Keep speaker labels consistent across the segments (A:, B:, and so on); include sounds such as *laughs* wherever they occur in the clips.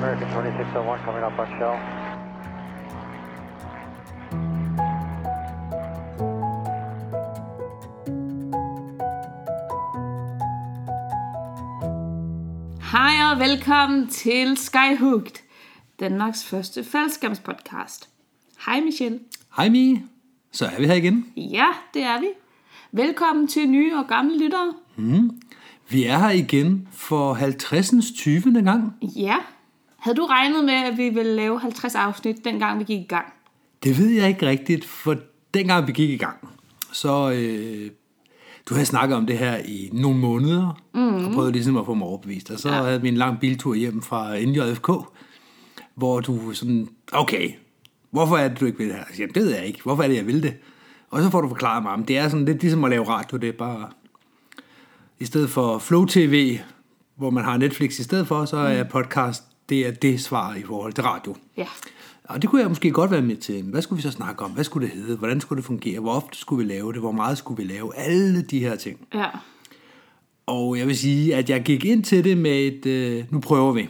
A: American 2601 coming up on shell.
B: Hej og velkommen til Skyhooked, Danmarks første faldskærmspodcast. Hej Michelle.
C: Hej Mie. Så er vi her igen.
B: Ja, det er vi. Velkommen til nye og gamle lyttere.
C: Vi er her igen for 50. 20. gang.
B: Ja. Havde du regnet med, at vi ville lave 50 afsnit, dengang vi gik i gang?
C: Det ved jeg ikke rigtigt, for dengang vi gik i gang, så øh, du havde snakket om det her i nogle måneder, mm. og prøvet ligesom at få mig overbevist. Og så ja. havde vi en lang biltur hjem fra NJFK, hvor du sådan, okay, hvorfor er det, du ikke vil det her? Jeg siger, det ved jeg ikke. Hvorfor er det, jeg vil det? Og så får du forklaret mig, om det er sådan lidt ligesom at lave radio, det er bare i stedet for Flow TV, hvor man har Netflix i stedet for, så er podcast, det er det svar i forhold til radio.
B: Ja.
C: Og det kunne jeg måske godt være med til. Hvad skulle vi så snakke om? Hvad skulle det hedde? Hvordan skulle det fungere? Hvor ofte skulle vi lave det? Hvor meget skulle vi lave? Alle de her ting.
B: Ja.
C: Og jeg vil sige, at jeg gik ind til det med et, øh, nu prøver vi.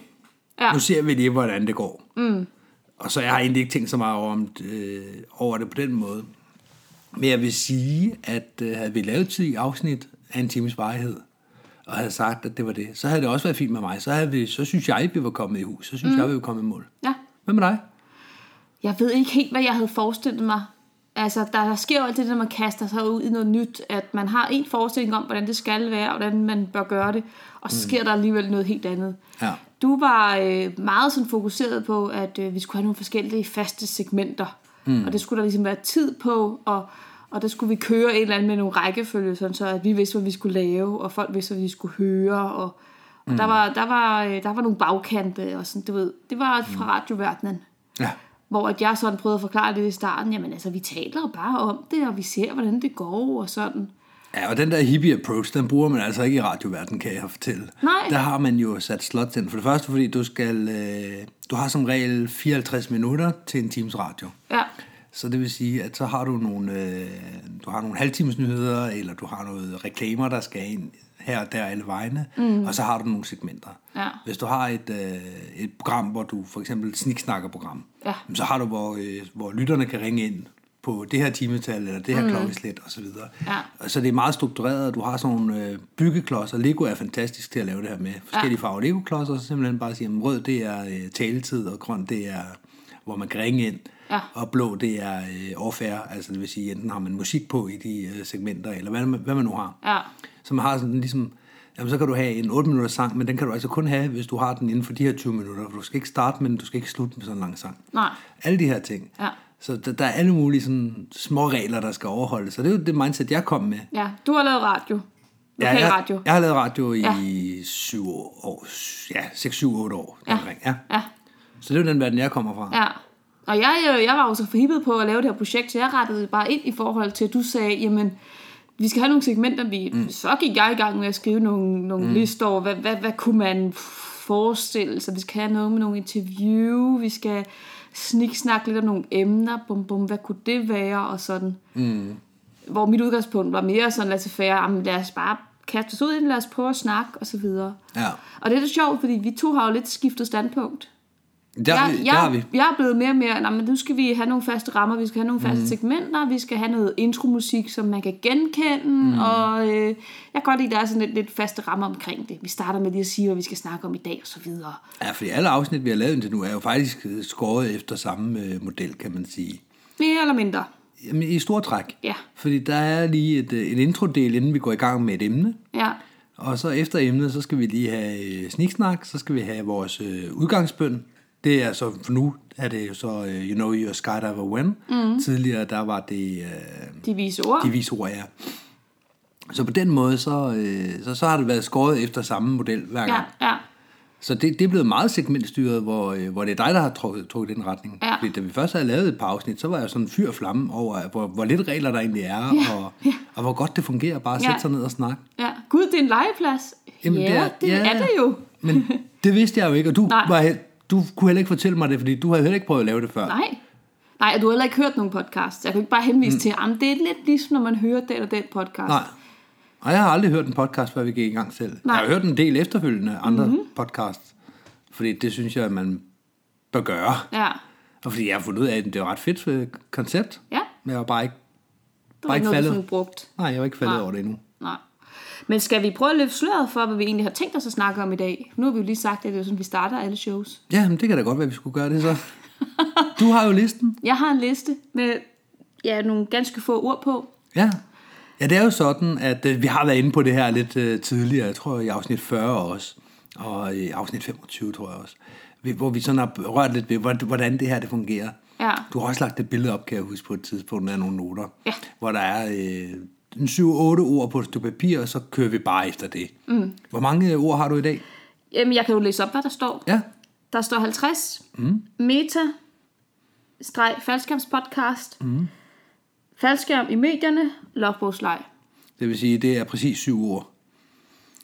B: Ja.
C: Nu ser vi lige, hvordan det går. Mm. Og så jeg har egentlig ikke tænkt så meget over, om, øh, over det på den måde. Men jeg vil sige, at øh, havde vi lavet tid i afsnit af en times varighed, og havde sagt, at det var det, så havde det også været fint med mig. Så, havde vi, så synes jeg, vi var kommet i hus. Så synes mm. jeg, vi var kommet i mål.
B: Ja.
C: Hvad med dig?
B: Jeg ved ikke helt, hvad jeg havde forestillet mig. Altså, der, der sker jo altid det, når man kaster sig ud i noget nyt, at man har en forestilling om, hvordan det skal være, og hvordan man bør gøre det, og så sker der alligevel noget helt andet.
C: Ja.
B: Du var øh, meget sådan fokuseret på, at øh, vi skulle have nogle forskellige faste segmenter, mm. og det skulle der ligesom være tid på, og, og der skulle vi køre en eller anden med nogle rækkefølge, sådan så at vi vidste, hvad vi skulle lave, og folk vidste, hvad vi skulle høre, og, og mm. der, var, der, var, øh, der var nogle bagkante, og sådan, du ved, det var fra radioverdenen.
C: Ja.
B: Hvor at jeg sådan prøvede at forklare det i starten, jamen altså, vi taler jo bare om det, og vi ser, hvordan det går, og sådan.
C: Ja, og den der hippie approach, den bruger man altså ikke i radioverden, kan jeg fortælle.
B: Nej.
C: Der har man jo sat slots ind. For det første, fordi du skal, øh, du har som regel 54 minutter til en times radio.
B: Ja,
C: Så det vil sige, at så har du nogle, øh, du har nogle halvtimes nyheder, eller du har noget reklamer, der skal ind her og der alle vegne, mm. og så har du nogle segmenter.
B: Ja.
C: Hvis du har et, øh, et program, hvor du for eksempel sniksnakker program,
B: Ja.
C: så har du, hvor, øh, hvor lytterne kan ringe ind på det her timetal, eller det her mm. klokkeslæt, osv.
B: Ja.
C: Og så det er meget struktureret, og du har sådan nogle øh, byggeklodser. Lego er fantastisk til at lave det her med. Forskellige ja. farver Lego-klodser, så simpelthen bare sige, at rød det er øh, taletid, og grøn det er, hvor man kan ringe ind.
B: Ja.
C: Og blå det er øh, off -air, altså det vil sige, enten har man musik på i de øh, segmenter, eller hvad, man- hvad man nu har.
B: ja,
C: Så man har sådan ligesom, jamen så kan du have en 8 minutters sang, men den kan du altså kun have, hvis du har den inden for de her 20 minutter. For du skal ikke starte med den, du skal ikke slutte med sådan en lang sang.
B: nej,
C: Alle de her ting.
B: Ja.
C: Så der, der er alle mulige sådan små regler, der skal overholdes. Og det er jo det mindset, jeg kom med.
B: ja. Du har lavet radio. Lokal
C: jeg,
B: radio.
C: Jeg har lavet radio i 7 år. Ja, 6-7-8 år. Ja. ja.
B: Ja,
C: Så det er jo den verden, jeg kommer fra.
B: ja. Og jeg, øh, jeg var jo så forhippet på at lave det her projekt, så jeg rettede bare ind i forhold til, at du sagde, jamen, vi skal have nogle segmenter, vi... Mm. Så gik jeg i gang med at skrive nogle, nogle mm. lister over, hvad, hvad, hvad kunne man forestille sig? Vi skal have noget med nogle interview, vi skal sniksnakke lidt om nogle emner, bum, bum, hvad kunne det være, og sådan. Mm. hvor mit udgangspunkt var mere sådan, lad os færre, jamen, lad os bare kaste os ud i det, lad os prøve at snakke, og så videre.
C: Ja.
B: Og det er lidt sjovt, fordi vi to har jo lidt skiftet standpunkt.
C: Der, har vi- der har vi.
B: jeg, jeg er blevet mere og mere, nej, men nu skal vi have nogle faste rammer, vi skal have nogle faste mm. segmenter, vi skal have noget intromusik, som man kan genkende, mm. og øh, jeg kan godt lide, at der er sådan lidt, lidt faste rammer omkring det. Vi starter med lige at sige, hvad vi skal snakke om i dag, og så videre.
C: Ja, fordi alle afsnit, vi har lavet indtil nu, er jo faktisk øh, skåret efter samme øh, model, kan man sige.
B: Mere eller mindre.
C: Jamen, i stor træk.
B: Ja.
C: Fordi der er lige et, øh, en introdel, inden vi går i gang med et emne.
B: Ja,
C: Og så efter emnet, så skal vi lige have øh, sniksnak, så skal vi have vores øh, udgangsbøn. Det er så, for nu er det jo så, øh, you know your skydiver when. Mm. Tidligere, der var det øh,
B: de vise ord.
C: de vise ord, ja. Så på den måde, så, øh, så, så har det været skåret efter samme model hver gang.
B: ja, ja,
C: Så det, det er blevet meget segmentstyret, hvor, øh, hvor det er dig, der har trukket, trukket den retning.
B: Ja.
C: Fordi da vi først havde lavet et par afsnit, så var jeg sådan fyr og flamme over, hvor, hvor lidt regler der egentlig er,
B: Ja,
C: og,
B: ja.
C: og hvor godt det fungerer bare at
B: Ja.
C: sætte sig ned og snakke.
B: ja. Gud, det er en legeplads. ja, det, er det jo. *laughs*
C: Men det vidste jeg jo ikke, og du,
B: Nej.
C: var, he- du kunne heller ikke fortælle mig det, fordi du havde heller ikke prøvet at lave det før.
B: Nej. Nej, og du har heller ikke hørt nogen podcast. Jeg kan ikke bare henvise mm. til, at det er lidt ligesom, når man hører den og den podcast.
C: Nej. Og jeg har aldrig hørt en podcast, før vi gik i gang selv.
B: Nej. Mhm.
C: Jeg har hørt en del efterfølgende andre mm-hmm. podcasts, fordi det synes jeg, at man bør gøre.
B: Ja.
C: Og fordi jeg har fundet ud af, at det er et ret fedt øh, koncept.
B: Ja.
C: Men jeg var bare ikke,
B: Det var
C: bare
B: ikke
C: ikke
B: noget,
C: faldet.
B: du sådan brugt.
C: Nej, jeg var ikke faldet
B: Nej.
C: over det endnu.
B: Nej. Men skal vi prøve at løfte sløret for, hvad vi egentlig har tænkt os at snakke om i dag? Nu har vi jo lige sagt, at det er sådan, vi starter alle
C: *laughs*
B: shows.
C: Ja, men det kan da godt være, at vi skulle gøre det så. Du har jo listen.
B: Jeg har en liste med ja, nogle ganske få ord på.
C: Ja. Ja, det er jo sådan, at øh, vi har været inde på det her lidt øh, tidligere, jeg tror i afsnit 40 også, og i afsnit 25, tror jeg også, vi- hvor vi sådan har rørt lidt ved, hvor- hvordan det her det fungerer.
B: Ja.
C: Du har også lagt et billede op, kan jeg huske på et tidspunkt, af nogle noter,
B: Ja.
C: hvor der er øh, en 7-8 ord på et stykke papir, og så kører vi bare efter det. Mm. Hvor mange øh, ord har du i dag?
B: Jamen, jeg kan jo læse op, hvad der står.
C: Ja,
B: Der står 50. Mm. Meta. Streg. Faldskamspodcast. Mm. Faldskærm i medierne. Logbogslej.
C: det vil sige, det er præcis 7 ord.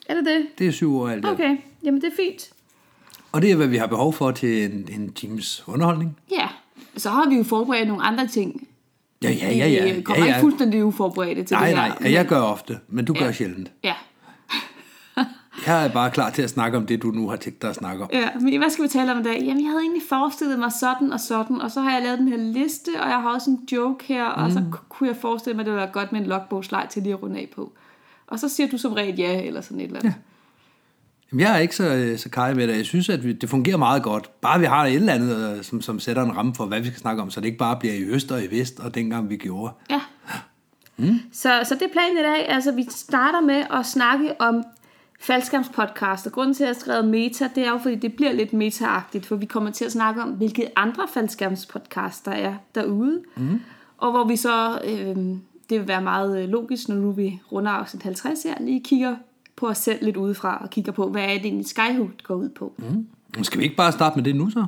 B: Er det det?
C: Det er 7 ord alt i alt.
B: Okay. Jamen, det er fint.
C: Og det er, hvad vi har behov for til en, en times underholdning.
B: Ja. Så har vi jo forberedt nogle andre ting.
C: Ja, ja, ja. ja,
B: Vi
C: ja,
B: øh, kommer
C: ja.
B: ikke fuldstændig uforberedte til
C: Nej,
B: det her.
C: nej, ja, jeg gør ofte, men du gør
B: Ja.
C: sjældent.
B: Ja.
C: Jeg er bare klar til at snakke om det, du nu har tænkt dig at snakke om.
B: *laughs* ja. Men hvad skal vi tale om i dag? Jamen, jeg havde egentlig forestillet mig sådan og sådan, og så har jeg lavet den her liste, og jeg har også en joke her, og så ku- kunne jeg forestille mig, at det ville være godt med en logbogslej til lige at runde af på. Og så siger du som regel ja, eller sådan et eller andet.
C: Jamen, Jeg er ikke så, øh, så kaj med det. Jeg synes, at vi, det fungerer meget godt. Bare vi har et eller andet, øh, som, som sætter en ramme for, hvad vi skal snakke om, så det ikke bare bliver i øst og i vest, og dengang vi gjorde.
B: Ja. Mm. Så, så det er planen i dag. Altså, vi starter med at snakke om faldskærmspodcast. Og grunden til, at jeg har skrevet meta, det er jo, fordi det bliver lidt metaagtigt, for vi kommer til at snakke om, hvilke andre faldskærmspodcast der er derude. Mm. Og hvor vi så, øh, det vil være meget øh, logisk, når nu vi runder afsnit 50 her, lige kigger på os selv lidt udefra, og kigger på, hvad er det egentlig Skyhook går ud på. Mm.
C: Men Skal vi ikke bare starte med det nu så?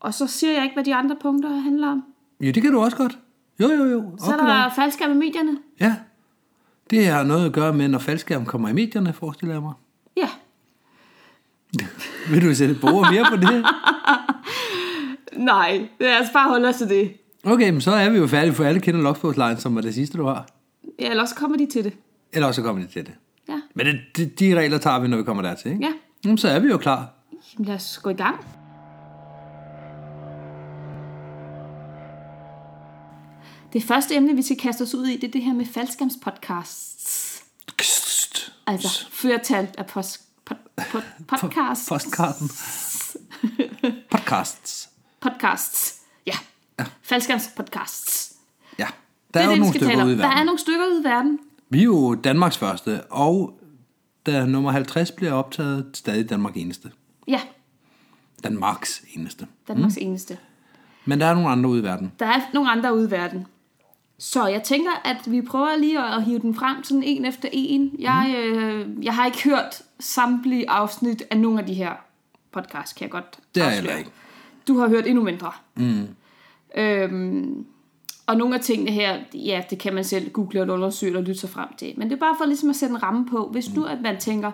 B: Og så siger jeg ikke, hvad de andre punkter handler om.
C: Jo, det kan du også godt. Jo, jo, jo.
B: Så er
C: Op med dig.
B: der faldskærm i medierne.
C: Ja. Det har noget at gøre med, når faldskærmen kommer i medierne, forestiller jeg mig.
B: Ja,
C: Vil du sætte et par ord mere på det?
B: nej, lad os bare holde os til det.
C: Okay, men så er vi jo færdige, for alle kender Logsbogslejen, som var det sidste, du har.
B: Ja, eller også kommer de til det.
C: Eller også så kommer det til det.
B: Ja.
C: Men det, de, de regler tager vi, når vi kommer dertil, ikke?
B: Ja.
C: Jamen, så er vi jo klar.
B: Jamen, lad os gå i gang. Det første emne, vi skal kaste os ud i, det er det her med faldskærmspodcasts.
C: Kst.
B: Altså flertal af post, pod, pod,
C: *laughs*
B: podcasts.
C: Postkarten. Podcasts.
B: Podcasts. Ja. ja. Faldskærmspodcasts.
C: Ja. Der er, jo
B: vi
C: nogle
B: skal
C: stykker
B: tale om.
C: ude i
B: Der er
C: verden.
B: nogle stykker ude i verden.
C: Vi er jo Danmarks første, og da nummer 50 bliver optaget, stadig Danmark eneste.
B: Ja,
C: Danmarks eneste.
B: Danmarks mm. eneste.
C: Men der er nogle andre ude i verden.
B: Der er nogle andre ude i verden. Så jeg tænker, at vi prøver lige at, at hive den frem sådan en efter en. Jeg,
C: Mhm.
B: øh, jeg har ikke hørt samtlige afsnit af nogle af de her podcasts, kan jeg godt
C: Det er jeg
B: afsløre.
C: heller ikke.
B: Du har hørt endnu mindre. Mm. Øhm, og nogle af tingene her, ja, det kan man selv google og undersøge og lytte sig frem til. Men det er bare for ligesom at sætte en ramme på. Hvis nu, at man tænker,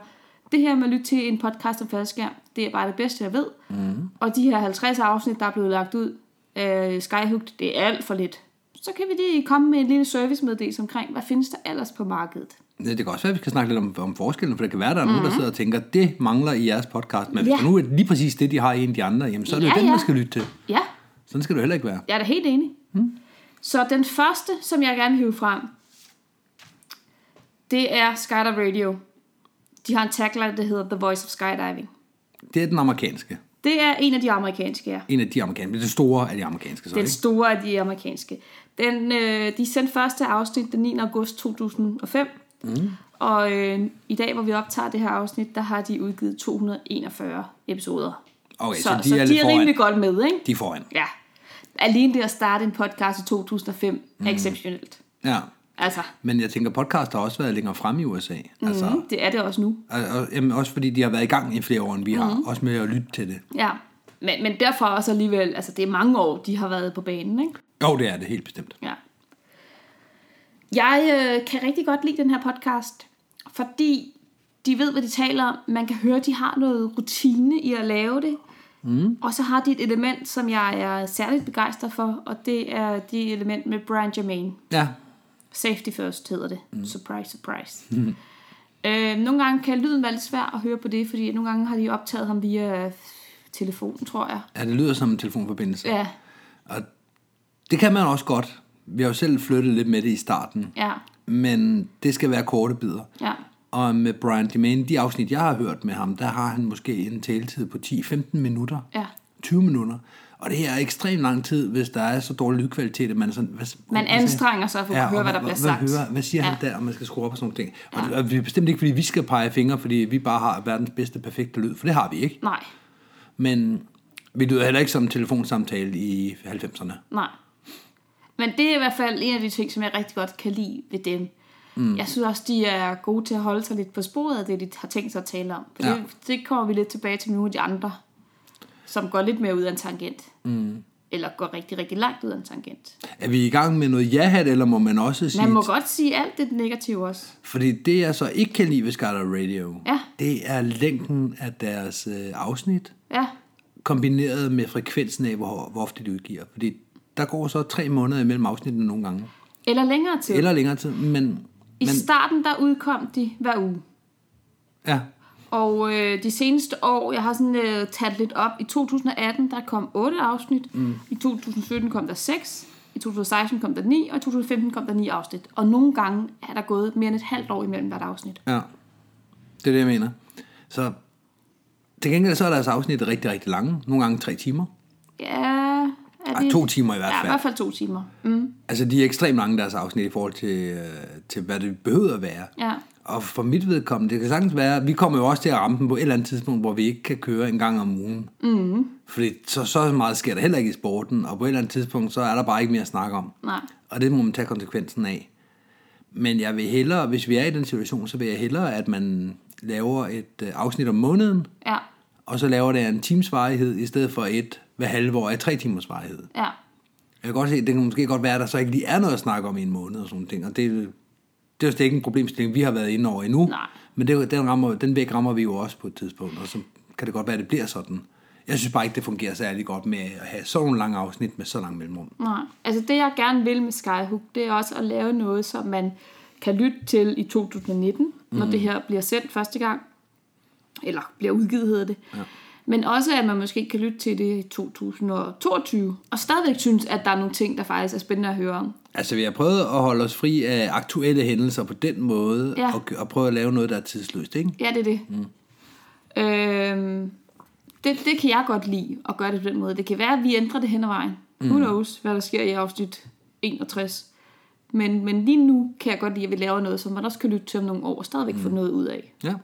B: det her med at lytte til en podcast om faldskærm, det er bare det bedste, jeg ved. Mm. Og de her 50 afsnit, der er blevet lagt ud, øh, Skyhooked, det er alt for lidt. Så kan vi lige komme med en lille servicemeddelelse omkring, hvad findes der ellers på markedet?
C: Ja, Det kan også være, at vi skal snakke lidt om, om forskellen, for det kan være, at der er nogen, der sidder og tænker, det mangler i jeres podcast, men hvis
B: Mhm. Ja.
C: der nu er lige præcis det, de har i en af de andre, jamen så er det
B: Ja,
C: jo den,
B: ja.
C: man skal lytte til.
B: Ja,
C: Sådan skal det jo heller ikke være.
B: Jeg er da helt enig. Mm. Så den første, som jeg gerne vil hive frem, det er Skydive Radio. De har en tagline, der hedder The Voice of Skydiving.
C: Det er den amerikanske.
B: Det er en af de amerikanske, ja.
C: En af de amerikanske. men Det store af de amerikanske, så,
B: Den
C: ikke?
B: store af de amerikanske. Den, øh, de sendte første afsnit den 9. august 2005. Mm. Og øh, i dag, hvor vi optager det her afsnit, der har de udgivet 241 episoder.
C: Okay,
B: så, så de er, de er
C: foran.
B: rimelig godt med, ikke?
C: De er foran.
B: Ja. Alene det at starte en podcast i 2005 mm. er exceptionelt.
C: Ja.
B: Altså,
C: Men jeg tænker, podcast har også været længere frem i USA. Altså,
B: mm, det er det også nu.
C: og, og, jamen, også fordi de har været i gang i flere år, end vi har.
B: Mhm.
C: Også med at lytte til det.
B: Ja. Men, men derfor også alligevel, altså det er mange år, de har været på banen, ikke?
C: Jo, det er det helt bestemt.
B: Ja. Jeg øh, kan rigtig godt lide den her podcast, fordi de ved, hvad de taler om. Man kan høre, de har noget rutine i at lave det. Mm. Og så har de et element, som jeg er særligt begejstret for, og det er det element med Brian Jermaine.
C: Ja.
B: Safety first hedder det. Mm. Surprise, surprise. Mm. Øh, nogle gange kan lyden være lidt svær at høre på det, fordi nogle gange har de optaget ham via telefon, tror jeg.
C: Ja, det lyder som en telefonforbindelse.
B: Ja,
C: Det kan man også godt. Vi har jo selv flyttet lidt med det i starten.
B: ja,
C: Men det skal være korte bidder.
B: ja.
C: Og med Brian Demane, de afsnit, jeg har hørt med ham, der har han måske en taletid på 10-15 minutter.
B: Ja.
C: 20 minutter. Og det er ekstremt lang tid, hvis der er så dårlig lydkvalitet, at man er sådan... Hvad,
B: Man anstrenger sig for at høre,
C: Altså, og
B: hvad der bliver sagt.
C: Hvad, hører, hvad siger ja. han
B: Ja.
C: der, og man skal skrue op og sådan nogle ting. Og, ja. og det er bestemt ikke, fordi vi skal pege fingre, fordi vi bare har verdens bedste perfekte lyd, for det har vi ikke.
B: Nej,
C: Men vi lyder heller ikke som en telefonsamtale i 90'erne.
B: nej. Men det er i hvert fald en af de ting, som jeg rigtig godt kan lide ved dem. Mm. Jeg synes også, de er gode til at holde sig lidt på sporet af det, de har tænkt sig at tale om. For
C: Ja.
B: ja. det, det kommer vi lidt tilbage til med nogle af de andre, som går lidt mere ud af en tangent. Mm. Eller går rigtig, rigtig langt ud af en tangent.
C: Er vi i gang med noget ja eller må man også sige...
B: Man må godt sige alt det negative også.
C: Fordi det, jeg så ikke kan lide ved Skyler Radio,
B: Ja.
C: det er længden af deres øh, afsnit,
B: Ja,
C: kombineret med frekvensen af, hvor, hvor ofte de udgiver. Fordi der går så tre måneder imellem afsnittene nogle gange.
B: eller længere tid.
C: Eller længere tid, men...
B: I
C: men
B: starten, der udkom de hver uge.
C: ja,
B: Og øh, de seneste år, jeg har sådan øh, talt lidt op. I 2018, der kom 8 afsnit. Mm. I 2017 kom der 6. I 2016 kom der 9, og i 2015 kom der 9 afsnit. Og nogle gange er der gået mere end et halvt år imellem hvert afsnit.
C: ja. Det er det, jeg mener. Så til gengæld så er deres afsnit rigtig, rigtig lange. Nogle gange tre timer.
B: Ja, er
C: Ej, to timer i hvert
B: Ja, i
C: fald.
B: hvert fald to timer. Mm,
C: Altså, de er ekstremt lange, deres afsnit, i forhold til, øh, til hvad det behøver at være.
B: ja,
C: Og for mit vedkommende, det kan sagtens være, vi kommer jo også til at ramme den på et eller andet tidspunkt, hvor vi ikke kan køre en gang om ugen.
B: Mhm.
C: Mm. Fordi så, så meget sker der heller ikke i sporten, og på et eller andet tidspunkt, så er der bare ikke mere at snakke om.
B: nej.
C: Og det må man tage konsekvensen af. Men jeg vil hellere, hvis vi er i den situation, så vil jeg hellere, at man laver et øh, afsnit om måneden,
B: Ja,
C: og så laver det af en times varighed, i stedet for et hver halve år af tre timers varighed.
B: ja,
C: Jeg kan godt se, at det kan måske godt være, at der så ikke lige er noget at snakke om i en måned og sådan nogle ting. Og det, det er jo slet ikke en problemstilling, vi har været inde over endnu.
B: Nej.
C: Men det, er jo- den, rammer, den væk rammer vi jo også på et tidspunkt, og så kan det godt være, at det bliver sådan. Jeg synes bare ikke, det fungerer særlig godt med at have så nogle lange afsnit med så lang mellemrum.
B: nej. Altså det, jeg gerne vil med Skyhook, det er også at lave noget, som man kan lytte til i 2019, mm. når det her bliver sendt første gang. eller bliver udgivet, hedder det. Ja. Men også, at man måske kan lytte til det i 2022, og stadigvæk synes, at der er nogle ting, der faktisk er spændende at høre om.
C: Altså, vi har prøvet at holde os fri af aktuelle hændelser på den måde,
B: Ja.
C: og, og prøve at lave noget, der er tidsløst, ikke?
B: Ja, det er det. Mm. Øhm, det, det kan jeg godt lide, at gøre det på den måde. Det kan være, at vi ændrer det hen ad vejen. Mm. Who knows, hvad der sker i afsnit 61. Men, men lige nu kan jeg godt lide, at vi laver noget, som man også kan lytte til om nogle år, og stadigvæk mm. få noget ud af.
C: Ja.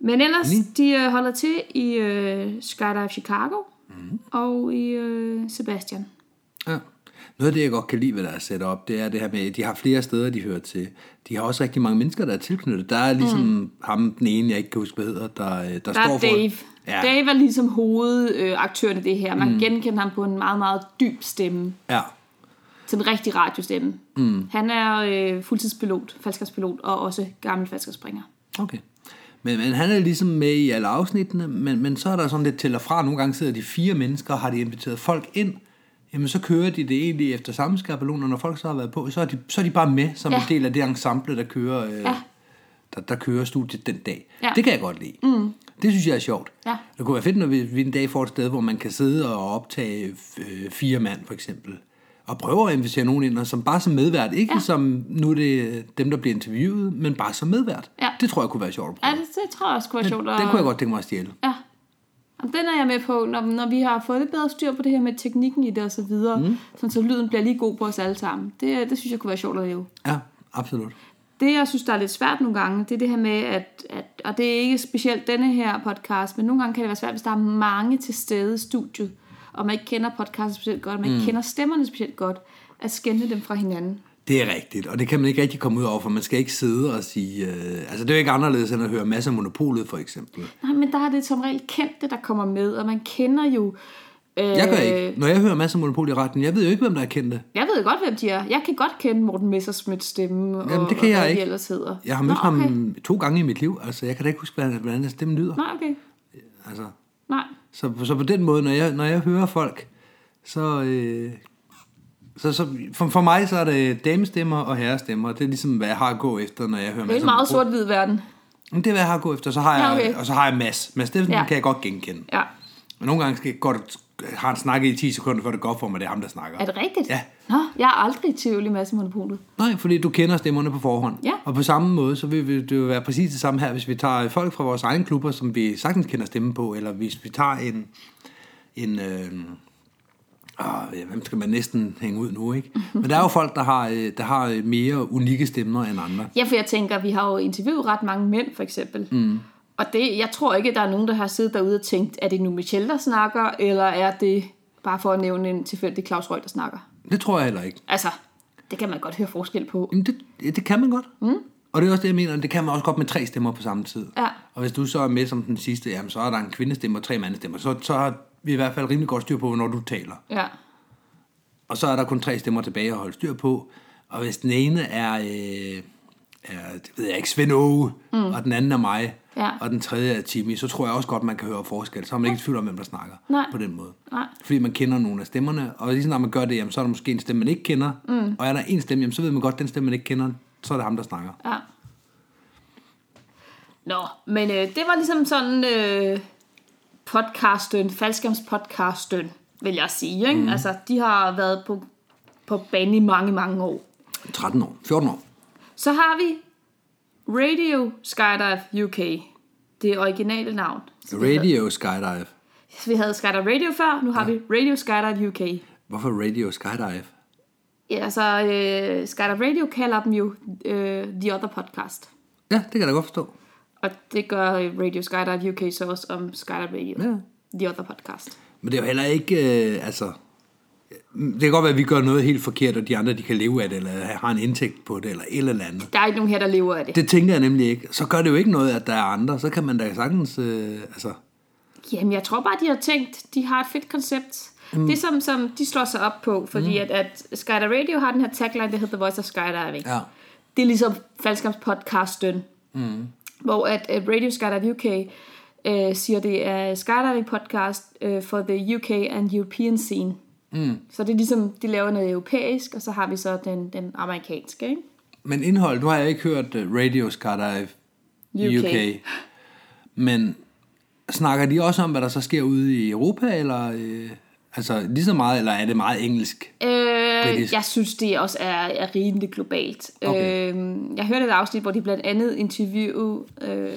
B: Men ellers, de øh, holder til i øh, Skydive Chicago mm. og i øh, Sebastian.
C: Ja. Noget af det, jeg godt kan lide ved deres setup, det er det her med, at de har flere steder, de hører til. De har også rigtig mange mennesker, der er tilknyttet. Der er ligesom mm. ham, den ene, jeg ikke kan huske, hvad hedder, der, øh, der,
B: Der
C: der står
B: er
C: for...
B: Dave.
C: Ja,
B: Ja. Dave er ligesom hovedaktøren i det her. Man mm. genkender ham på en meget, meget dyb stemme.
C: ja.
B: Til en rigtig radiostemme. Mm. Han er øh, fuldtidspilot, falskerspilot og også gammel falskerspringer.
C: Okay. Men, men han er ligesom med i alle afsnittene, men, men så er der sådan lidt til og fra. Nogle gange sidder de fire mennesker, og har de inviteret folk ind, jamen så kører de det egentlig efter samme skabelon, og når folk så har været på, så er de, så er de bare med som ja.
B: Ja.
C: en del af det ensemble, der kører, øh, ja.
B: Ja.
C: der, der kører studiet den dag. Ja.
B: Ja.
C: Det kan jeg godt lide. Mm. Det synes jeg er sjovt.
B: Ja.
C: Det kunne være fedt, når vi, vi en dag får et sted, hvor man kan sidde og optage øh, fire mand, for eksempel. Og prøve at invitere nogen ind, og som bare som medvært. Ikke ja.
B: Ja.
C: som nu er det øh, dem, der bliver interviewet, men bare som medvært.
B: Ja.
C: Det tror jeg kunne være sjovt at prøve.
B: Ja, det, det tror jeg også kunne være sjovt.
C: Det kunne jeg godt tænke mig at stjæle.
B: Ja. Jamen, den er jeg med på, når, når vi har fået lidt bedre styr på det her med teknikken i det og så videre. Mm. Sådan, så lyden bliver lige god på os alle sammen. Det, det synes jeg kunne være sjovt at lave.
C: Ja, absolut.
B: Det, jeg synes, der er lidt svært nogle gange, det er det her med, at, at og det er ikke specielt denne her podcast, men nogle gange kan det være svært, hvis der er mange til stede i studiet, og man ikke kender podcasten specielt godt, og man ikke
C: Mm.
B: kender stemmerne specielt godt, at skænde dem fra hinanden.
C: Det er rigtigt, og det kan man ikke rigtig komme ud over, for man skal ikke sidde og sige... Øh, altså, det er jo ikke anderledes end at høre masser af Monopolet, for eksempel.
B: Nej, men der er det som regel kendte, der kommer med, og man kender jo... Øh,
C: Jeg gør ikke. Når jeg hører masser af Monopol i retten, jeg ved jo ikke, hvem der er kendte.
B: Jeg ved godt, hvem de er. Jeg kan godt kende Morten Messersmiths stemme, og,
C: Jamen, det kan
B: og
C: jeg
B: hvad
C: ikke.
B: de ellers hedder.
C: Jeg har mødt
B: Nå,
C: okay.
B: okay.
C: ham to gange i mit liv, altså jeg kan da ikke huske, hvordan, hvordan hans stemme lyder.
B: Nej, okay.
C: Altså,
B: Nej.
C: så, så på den måde, når jeg, når jeg hører folk, så, øh, så, så for, for mig så er det damestemmer og herrestemmer. Det er ligesom, hvad jeg har at gå efter, når jeg hører
B: Det er en meget sort-hvid verden.
C: Men det er, hvad jeg har gået efter. Så har jeg,
B: Ja, okay.
C: Og så har jeg Mads. Mads Steffensen
B: Ja.
C: ja. kan jeg godt genkende.
B: Ja.
C: Men nogle gange skal jeg godt har en snakke i 10 sekunder, før det går op for mig, det er ham, der snakker.
B: Er det rigtigt?
C: Ja.
B: Nå, jeg er aldrig i tvivl i massemonopolet.
C: Nej, fordi du kender stemmerne på forhånd.
B: Ja.
C: Og på samme måde, så vil vil det jo være præcis det samme her, hvis vi tager folk fra vores egne klubber, som vi sagtens kender stemmen på, eller hvis vi tager en... en øh, åh, ja, hvem skal man næsten hænge ud nu, ikke? Men der er jo folk, der har, øh, der har øh, mere unikke stemmer end andre.
B: Ja, for jeg tænker, vi har jo interviewet ret mange mænd, for eksempel. Mm. Og det, jeg tror ikke, der er nogen, der har siddet derude og tænkt, er det nu Michelle, der snakker, eller er det, bare for at nævne en tilfældig Claus Røg, der snakker?
C: Det tror jeg heller ikke.
B: Altså, det kan man godt høre forskel på.
C: Jamen, det, ja, det kan man godt. Mm. Og det er også det, jeg mener, det kan man også godt med tre stemmer på samme tid.
B: Ja.
C: Og hvis du så er med som den sidste, jamen, så er der en kvindestemme og tre mandestemmer. Så, så har vi i hvert fald rimelig godt styr på, hvornår du taler.
B: Ja.
C: Og så er der kun tre stemmer tilbage at holde styr på. Og hvis den ene er, øh, er det ved jeg ikke, Svend Åge, mm. og den anden er mig,
B: Ja.
C: og den tredje er Timmy, så tror jeg også godt, man kan høre forskel. Så er man ikke i tvivl om, hvem der snakker
B: Nej.
C: på den måde.
B: Nej.
C: Fordi man kender nogle af stemmerne, og lige så når man gør det, jamen, så er der måske en stemme, man ikke kender. Mm. Og er der en stemme, jamen, så ved man godt, den stemme, man ikke kender, så er det ham, der snakker.
B: Ja. Nå, men øh, det var ligesom sådan øh, podcasten, faldskærmspodcasten, vil jeg sige. Ikke? Mm. Altså, de har været på, på banen i mange, mange år.
C: 13 år, 14 år.
B: Så har vi Radio Skydive UK. Det originale navn. Så det hedder-
C: Radio Skydive.
B: Vi havde Skydive Radio før, nu har ja. vi Radio Skydive UK.
C: Hvorfor Radio Skydive?
B: Ja, altså, øh, Skydive Radio kalder dem jo øh, The Other Podcast.
C: Ja, det kan jeg da godt forstå.
B: Og det gør Radio Skydive UK så også om Skydive Radio.
C: Ja.
B: The Other Podcast.
C: Men det er jo heller ikke, øh, altså... mm, Det kan godt være, at vi gør noget helt forkert, og de andre de kan leve af det, eller har en indtægt på det, eller et eller andet.
B: Der er ikke nogen her, der lever af det. det.
C: Det tænker jeg nemlig ikke. Så gør det jo ikke noget, at der er andre. Så kan man da sagtens... Øh, altså,
B: Jamen, jeg tror bare, de har tænkt, de har et fedt koncept. Mm. Det som, som de slår sig op på, fordi mm. at, at Skydive Radio har den her tagline, der hedder The Voice of Skydiving.
C: ja.
B: det er ligesom faldskabspodcasten, mm. hvor at øh, Radio Skydive UK øh, siger, det er skydiving podcast øh, for the UK and European scene. Mm. Så det er ligesom, de laver noget europæisk, og så har vi så den, den amerikanske, ikke?
C: Men indhold, nu har jeg ikke hørt øh, Radio Skydive
B: UK.
C: UK. UK. Men snakker de også om, hvad der så sker ude i Europa, eller... Øh, altså, lige så meget, eller er det meget engelsk?
B: Øh,
C: Britisk.
B: jeg synes, det også er, er rimelig globalt.
C: Okay.
B: Øh, jeg hørte et afsnit, hvor de blandt andet interviewede øh,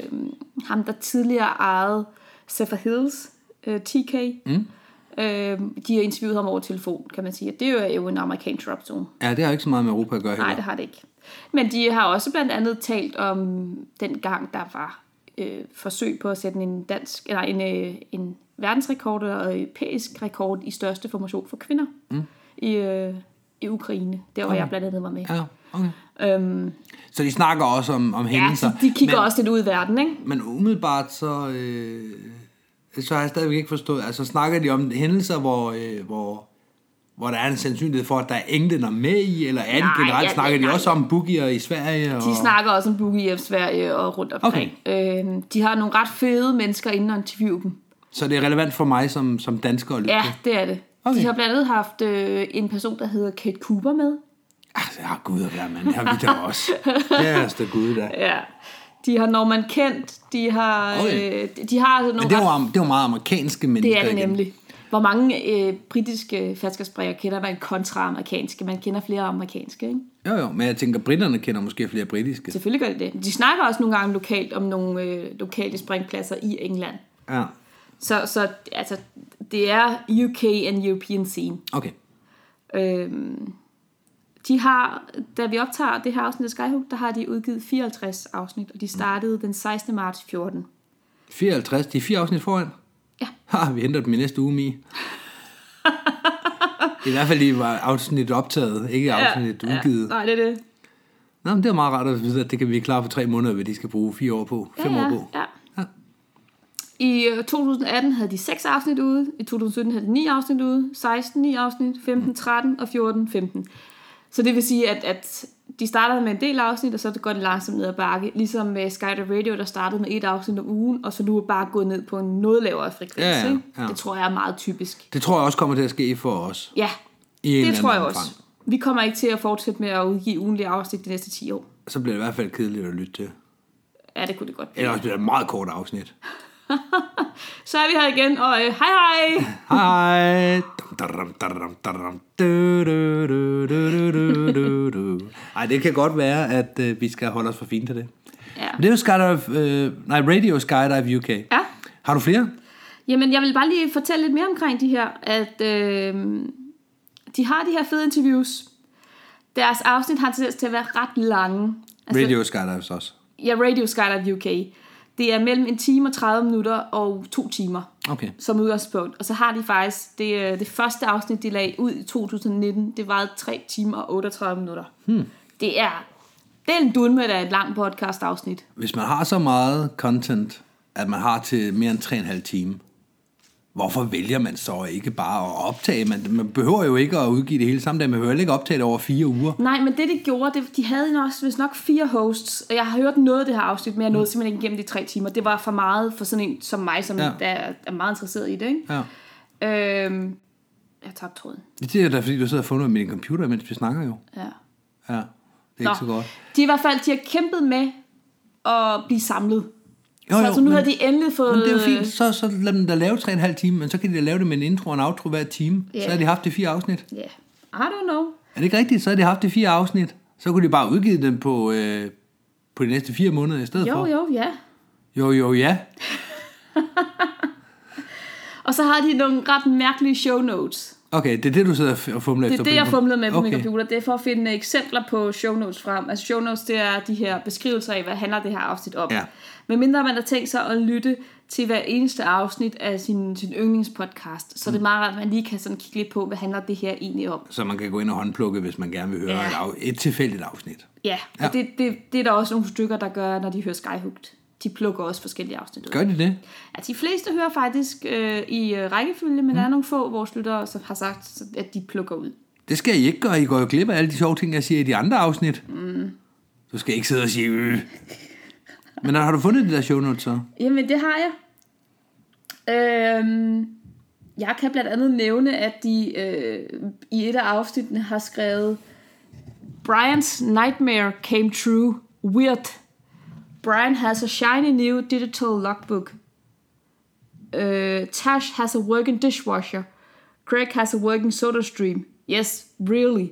B: ham, der tidligere ejede Sefer Hills, øh, TK. Mm. Øh, de har interviewet ham over telefon, kan man sige. Og det er jo en amerikansk drop zone.
C: Ja, det har ikke så meget med Europa at gøre
B: Nej,
C: heller.
B: det har det ikke. Men de har også blandt andet talt om den gang, der var øh, forsøg på at sætte en dansk eller en, øh, en verdensrekord og europæisk rekord i største formation for kvinder mm. i, øh, i Ukraine. Der var okay. jeg blandt andet var med.
C: Ja, okay.
B: Øhm,
C: Så de snakker også om, om
B: ja,
C: hændelser.
B: så de kigger
C: men,
B: men... også lidt ud i verden, ikke?
C: Men umiddelbart så, øh, så har jeg stadigvæk ikke forstået, altså snakker de om hændelser, hvor, øh, hvor, hvor der er en sandsynlighed for, at der er englænder med i, eller er det
B: Nej,
C: generelt,
B: ja,
C: snakker
B: nej.
C: de også om boogier i Sverige? Og,
B: De snakker også om Boogie i Sverige og rundt omkring. Okay. Øhm, de har nogle ret fede mennesker inden og interviewe dem.
C: Så det er relevant for mig som, som dansker at lytte
B: Ja,
C: til.
B: det er det. Okay.
C: Okay.
B: De har blandt andet haft øh, en person, der hedder Kate Cooper med.
C: Altså, jeg har gud at være, mand. Det har vi da også. Det er altså
B: *laughs*
C: gud da.
B: Ja. De har Norman Kent, de har,
C: Okay.
B: øh, de- de har sådan
C: Men
B: nogle
C: det
B: ret-
C: var, det var meget amerikanske mennesker
B: det er det
C: igen.
B: nemlig. Hvor mange øh, britiske færdskabsbræger kender man kontra amerikanske? Man kender flere amerikanske, ikke?
C: Jo, jo, men jeg tænker, britterne kender måske flere britiske.
B: Selvfølgelig gør de det. De snakker også nogle gange lokalt om nogle øh, lokale springpladser i England.
C: Ja,
B: Så, så altså, det er UK and European scene.
C: okay.
B: Øhm, de har, da vi optager det her afsnit af Skyhook, der har de udgivet 54 afsnit, og de startede den 16. marts 14.
C: 54, de er fire afsnit foran.
B: Ja.
C: Ha, vi henter dem i næste uge, Mie. I hvert fald de var afsnit optaget, ikke afsnit ja, udgivet. Ja.
B: Nej, det er det.
C: Nå, men det er meget rart at vide, at det kan vi klare på tre måneder, hvad de skal bruge fire år på, fem
B: ja,
C: år på.
B: Ja. ja.
C: Ja.
B: I øh, 2018 havde de 6 afsnit ude, i 2017 havde de 9 afsnit ude, 16 9 afsnit, 15 13 og 14 15. Så det vil sige, at, at de startede med en del afsnit, og så går det langsomt ned ad bakke. Ligesom med Skydive Radio, der startede med et afsnit om ugen, og så nu er bare gået ned på en noget lavere frekvens.
C: Ja, ja,
B: ikke?
C: ja.
B: Det tror jeg er meget typisk.
C: Det tror jeg også kommer til at ske for os.
B: Ja,
C: I en
B: det
C: eller
B: tror jeg
C: anden
B: også.
C: omfang.
B: Vi kommer ikke til at fortsætte med at udgive ugenlige afsnit de næste 10 år.
C: Så bliver det i hvert fald kedeligt at lytte til.
B: Ja, det kunne det godt blive.
C: Eller også bliver det et meget kort afsnit.
B: Så er vi her igen, og øh, hej hej!
C: *laughs* Hej. Dum, dadadum, dadadum, dadadum. Du, du, du, du, du, du, du, du. Ej, det kan godt være, at øh, vi skal holde os for fint til det.
B: Ja.
C: Men det er jo Skydive, øh, nej, Radio Skydive UK.
B: Ja. Altså-
C: Har du flere?
B: Jamen, jeg vil bare lige fortælle lidt mere omkring de her, at øh, de har de her fede interviews. Deres afsnit har tendens til at være ret lange. Altså,
C: Radio Skydives også.
B: Ja, Radio Skydive UK. Det er mellem en time og 30 minutter og to timer
C: Okay.
B: som udgangspunkt. Og så har de faktisk det, øh, det første afsnit, de lagde ud i 2019, det varede 3 timer og 38 minutter. Hmm. Det er, det er en dunme, der er et langt podcast afsnit.
C: Hvis man har så meget content, at man har til mere end 3,5 time, hvorfor vælger man så ikke bare at optage? Man, man behøver jo ikke at udgive det hele samme dag. Man behøver heller ikke optage det over fire uger.
B: Nej, men det de gjorde, det, de havde også, hvis nok fire hosts, og jeg har hørt noget af det her afsnit, men jeg
C: Mm.
B: nåede simpelthen ikke igennem de tre timer. Det var for meget for sådan en som mig, som
C: Ja.
B: ja. der er meget interesseret i det. Ikke?
C: Ja.
B: Ja. Øhm, jeg tabte tråden.
C: Det er da, fordi du sidder og fundet med din computer, mens vi snakker jo.
B: Ja.
C: Ja, det er Nå. ikke så godt.
B: De er i hvert fald de har kæmpet med at blive samlet.
C: Jo,
B: så
C: jo,
B: altså, nu
C: men-
B: har de endelig fået...
C: Men det er jo fint, så, så lad dem da lave 3,5 timer, men så kan de da lave det med en intro og en outro hver time. Yeah.
B: Ja.
C: Så har de haft det fire afsnit.
B: Ja, yeah. I don't know.
C: Er det ikke rigtigt? Så har de haft det fire afsnit. Så kunne de bare udgive dem på, øh, på de næste fire måneder i stedet
B: Jo,
C: for.
B: jo, ja.
C: Jo, jo, ja.
B: Og så har de nogle ret mærkelige show notes.
C: Okay, det er det, du sidder og f- og fumler
B: Det
C: efter.
B: er
C: på
B: det, jeg
C: din-
B: fumlede med på okay. min
C: Okay.
B: computer. Det er for at finde øh, eksempler på show notes frem. Altså show notes, det er de her beskrivelser af, hvad handler det her afsnit om.
C: Ja.
B: Men mindre man har tænkt sig at lytte til hver eneste afsnit af sin, sin yndlingspodcast, så mm. det er meget rart, at man lige kan sådan kigge lidt på, hvad handler det her egentlig om.
C: Så man kan gå ind og håndplukke, hvis man gerne vil høre
B: Ja.
C: et, af, et tilfældigt afsnit.
B: Ja, og
C: Ja.
B: ja. Det, det, det er der også nogle stykker, der gør, når de hører Skyhooked. De plukker også forskellige afsnit ud.
C: Gør de det?
B: Ja, de fleste hører faktisk øh, i øh, rækkefølge, men der
C: Mm.
B: er nogle få vores lyttere, som har sagt, at de plukker ud.
C: Det skal I ikke gøre. I går jo glip af alle de sjove ting, jeg siger i de andre afsnit. Mm. Du skal ikke sidde og sige, øh. Men har du fundet det der show notes så?
B: Jamen, det har jeg. Øhm, jeg kan blandt andet nævne, at de øh, i et af afsnittene har skrevet Brian's nightmare came true. Weird. Brian has a shiny new digital logbook. Uh, Tash has a working dishwasher. Craig has a working soda stream. Yes, really.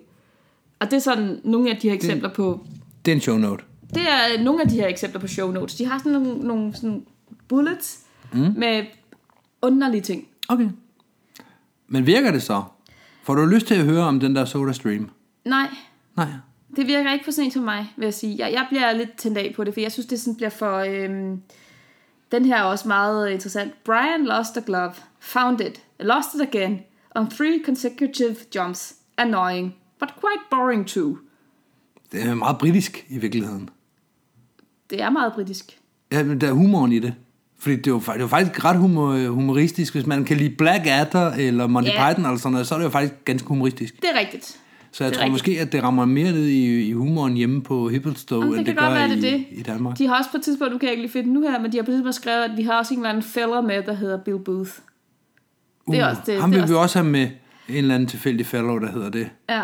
B: Og det er sådan nogle af de her eksempler på,
C: Det er en show note.
B: det er nogle af de her eksempler på show notes. De har sådan nogle, nogle sådan bullets mm. med underlige ting.
C: Okay. Men virker det så? Får du lyst til at høre om den der Soda Stream?
B: Nej,
C: Nej.
B: det virker ikke for sent for mig, vil jeg sige. Jeg, jeg bliver lidt tændt af på det, for jeg synes, det sådan bliver for... Øhm, den her er også meget interessant. Brian lost a glove. Found it. Lost it again. On three consecutive jumps. Annoying. But quite boring too.
C: Det er meget britisk i virkeligheden.
B: Det er meget britisk.
C: Ja, men der er humoren i det. Fordi det er jo, fa- det er jo faktisk ret humor, humoristisk. Hvis man kan lide Black Adder eller Monty
B: Ja.
C: yeah. Python eller sådan noget, så er det jo faktisk ganske humoristisk.
B: Det er rigtigt.
C: Så jeg
B: Det er
C: tror rigtigt.
B: rigtigt.
C: måske, at det rammer mere ned i, i humoren hjemme på Hippelstow,
B: Jamen,
C: end
B: det
C: det
B: kan
C: gør
B: godt være,
C: i,
B: det er det.
C: i Danmark.
B: De har også på et tidspunkt, nu kan jeg ikke lige finde den nu her, men de har på et tidspunkt skrevet, at vi har også en eller anden fælder med, der hedder Bill Booth. det er også det-
C: Uh, Ham
B: det
C: vil
B: er
C: vi også have med en eller anden tilfældig fellow, der hedder det.
B: Ja,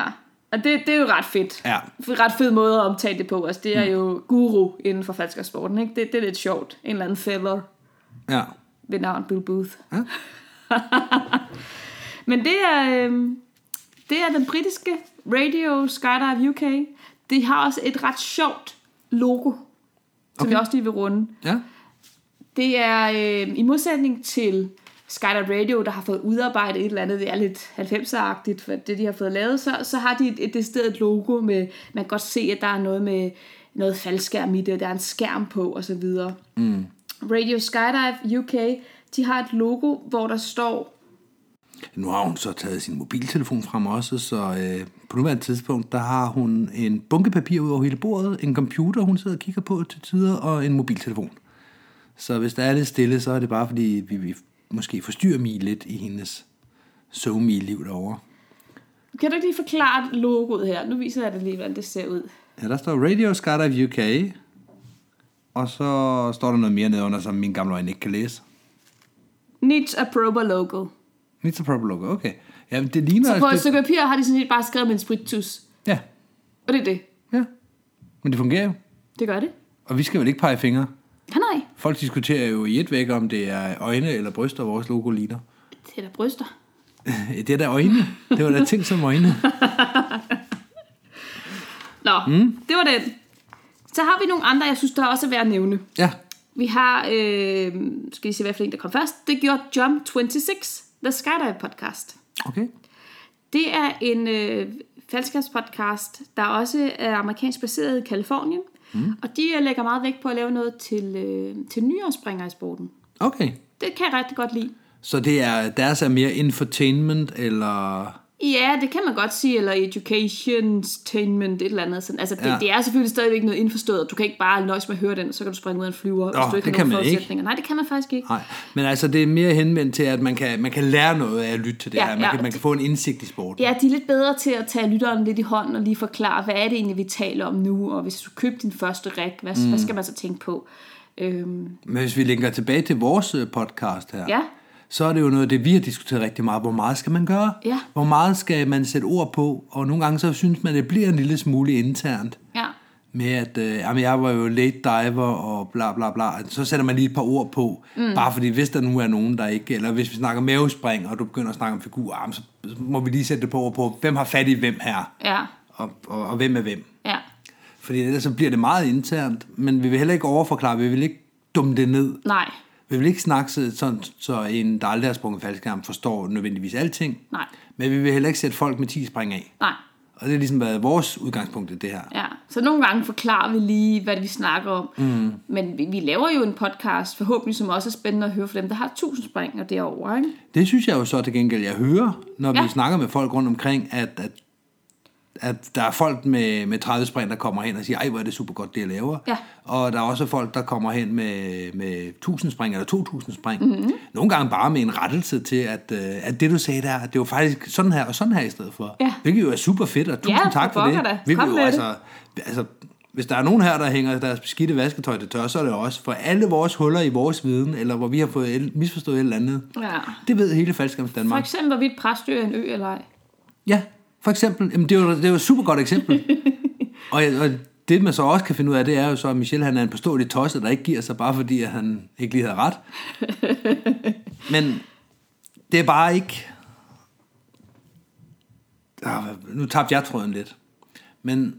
B: og det, det er jo ret fedt.
C: Ja.
B: Ret fed måde at omtale det på. Altså, det er jo guru inden for falskersporten, ikke? Det, det er lidt sjovt. En eller anden fælder
C: Ja.
B: ved navn Bill Booth.
C: Ja.
B: *laughs* Men det er, øhm, det er den britiske Radio Skydive UK. De har også et ret sjovt logo, som
C: Okay.
B: jeg også lige vil runde.
C: ja.
B: Det er øh, i modsætning til Skydive Radio, der har fået udarbejdet et eller andet, det er lidt 90'er-agtigt, for det de har fået lavet, så, så har de et, et decideret logo med, man kan godt se, at der er noget med noget faldskærm i det, der er en skærm på osv. Mm. Radio Skydive UK, de har et logo, hvor der står,
C: Nu har hun så taget sin mobiltelefon frem også, så øh, på nuværende tidspunkt, der har hun en bunke papir ud over hele bordet, en computer, hun sidder og kigger på til tider, og en mobiltelefon. Så hvis der er lidt stille, så er det bare fordi, vi, vi måske forstyrrer mig lidt i hendes somi-liv derovre.
B: kan du ikke lige forklare logoet her? Nu viser jeg det lige, hvordan det ser ud.
C: Ja, der står Radio Skydive UK, og så står der noget mere nedenunder, som min gamle øjne ikke kan læse.
B: Nietzsche Approba logo.
C: Mr. Proper Logo, okay. Jamen, det ligner...
B: Så på et
C: altså, det,
B: stykke papir har de sådan set bare skrevet med en sprittus.
C: ja,
B: Og det er det.
C: ja. Men det fungerer jo.
B: Det gør det.
C: Og vi skal vel ikke pege fingre? Folk diskuterer jo i et væk, om det er øjne eller bryster, vores logo ligner. *laughs*
B: Det er da bryster.
C: Det er da øjne. Det var da ting
B: *laughs*
C: som øjne.
B: Nå, mm. det var den. Så har vi nogle andre, jeg synes, der også er værd at nævne.
C: Ja,
B: Vi har, øh, skal vi se, hvad for en, der kom først. Det gjorde Jump 26, The Skydive Podcast.
C: okay.
B: Det er en øh, falskabspodcast, der også er amerikansk baseret i Kalifornien. Mm. Og de øh, lægger meget vægt på at lave noget til, øh, til nyårsspringere i sporten.
C: Okay.
B: Det kan jeg rigtig godt lide.
C: Så det er, deres er mere infotainment, eller...
B: Ja, det kan man godt sige, eller education, et eller andet. Sådan. Altså, det,
C: Ja.
B: ja. det er selvfølgelig stadigvæk noget indforstået. Du kan ikke bare nøjes med at høre den, og så kan du springe ud af en flyver, Nå, hvis du ikke
C: det
B: har
C: kan
B: nogen
C: man ikke.
B: forudsætninger. Nej, det kan man faktisk ikke.
C: Nej, men altså det er mere henvendt til, at man kan, man kan lære noget af at lytte til det
B: Ja,
C: her. Man,
B: ja.
C: kan, man kan få en indsigt i sporten.
B: Ja, de er lidt bedre til at tage lytteren lidt i hånden og lige forklare, hvad er det egentlig, vi taler om nu, og hvis du købte din første rig, hvad, mm. hvad skal man så tænke på? Øhm,
C: Men hvis vi linker tilbage til vores øh, podcast her,
B: Ja.
C: så er det jo noget af det, vi har diskuteret rigtig meget. Hvor meget skal man gøre?
B: Ja.
C: Hvor meget skal man sætte ord på? Og nogle gange så synes man, det bliver en lille smule internt.
B: ja.
C: Med at, øh, jamen jeg var jo late diver og bla bla bla. Så sætter man lige et par ord på. Mm. Bare fordi, hvis der nu er nogen, der ikke... Eller hvis vi snakker mavespring, og du begynder at snakke om figurer, jamen, så må vi lige sætte det på ord på, hvem har fat i hvem her?
B: Ja,
C: Og, og, og hvem er hvem?
B: ja.
C: Fordi ellers så bliver det meget internt, men vi vil heller ikke overforklare, vi vil ikke dumme det ned.
B: Nej,
C: Vi vil ikke snakke så- sådan, så en, der aldrig har sprunget faldskærm, forstår nødvendigvis alting.
B: Nej.
C: Men vi vil heller ikke sætte folk med 10 spring af.
B: nej.
C: Og det har ligesom været vores udgangspunkt i det her.
B: Ja. Så nogle gange forklarer vi lige, hvad det, vi snakker om. Mm. Men vi, vi laver jo en podcast, forhåbentlig, som også er spændende at høre for dem, der har 1000 spring og derovre. Ikke?
C: Det synes jeg jo så til gengæld, jeg hører, når ja.
B: Ja.
C: vi snakker med folk rundt omkring, at, at, at der er folk med, med 30 spring, der kommer hen og siger, ej, hvor er det super godt, det jeg laver.
B: Ja.
C: Og der er også folk, der kommer hen med, med 1000 spring eller 2000 spring.
B: Mhm.
C: Mm-hmm. Nogle gange bare med en rettelse til, at, øh, at det du sagde der, det var faktisk sådan her og sådan her i stedet for.
B: Ja.
C: Hvilket jo er super fedt, og tusind
B: for
C: tak for
B: pokker
C: det.
B: da.
C: Vi vil
B: Kom
C: jo
B: med det.
C: altså, altså, hvis der er nogen her, der hænger deres beskidte vasketøj til tør, så er det også for alle vores huller i vores viden, eller hvor vi har fået el- misforstået et eller andet.
B: Ja.
C: Det ved hele Falskams
B: For
C: Danmark.
B: eksempel, hvorvidt præstø er en ø eller ej.
C: Ja, for eksempel. Jamen, det, er jo, det er jo et super godt eksempel. og, og det, man så også kan finde ud af, det er jo så, at Michel han er en påståelig tosset, der ikke giver sig, bare fordi at han ikke lige havde ret. Men det er bare ikke... Ah, hvad- Nu tabte jeg tråden lidt. Men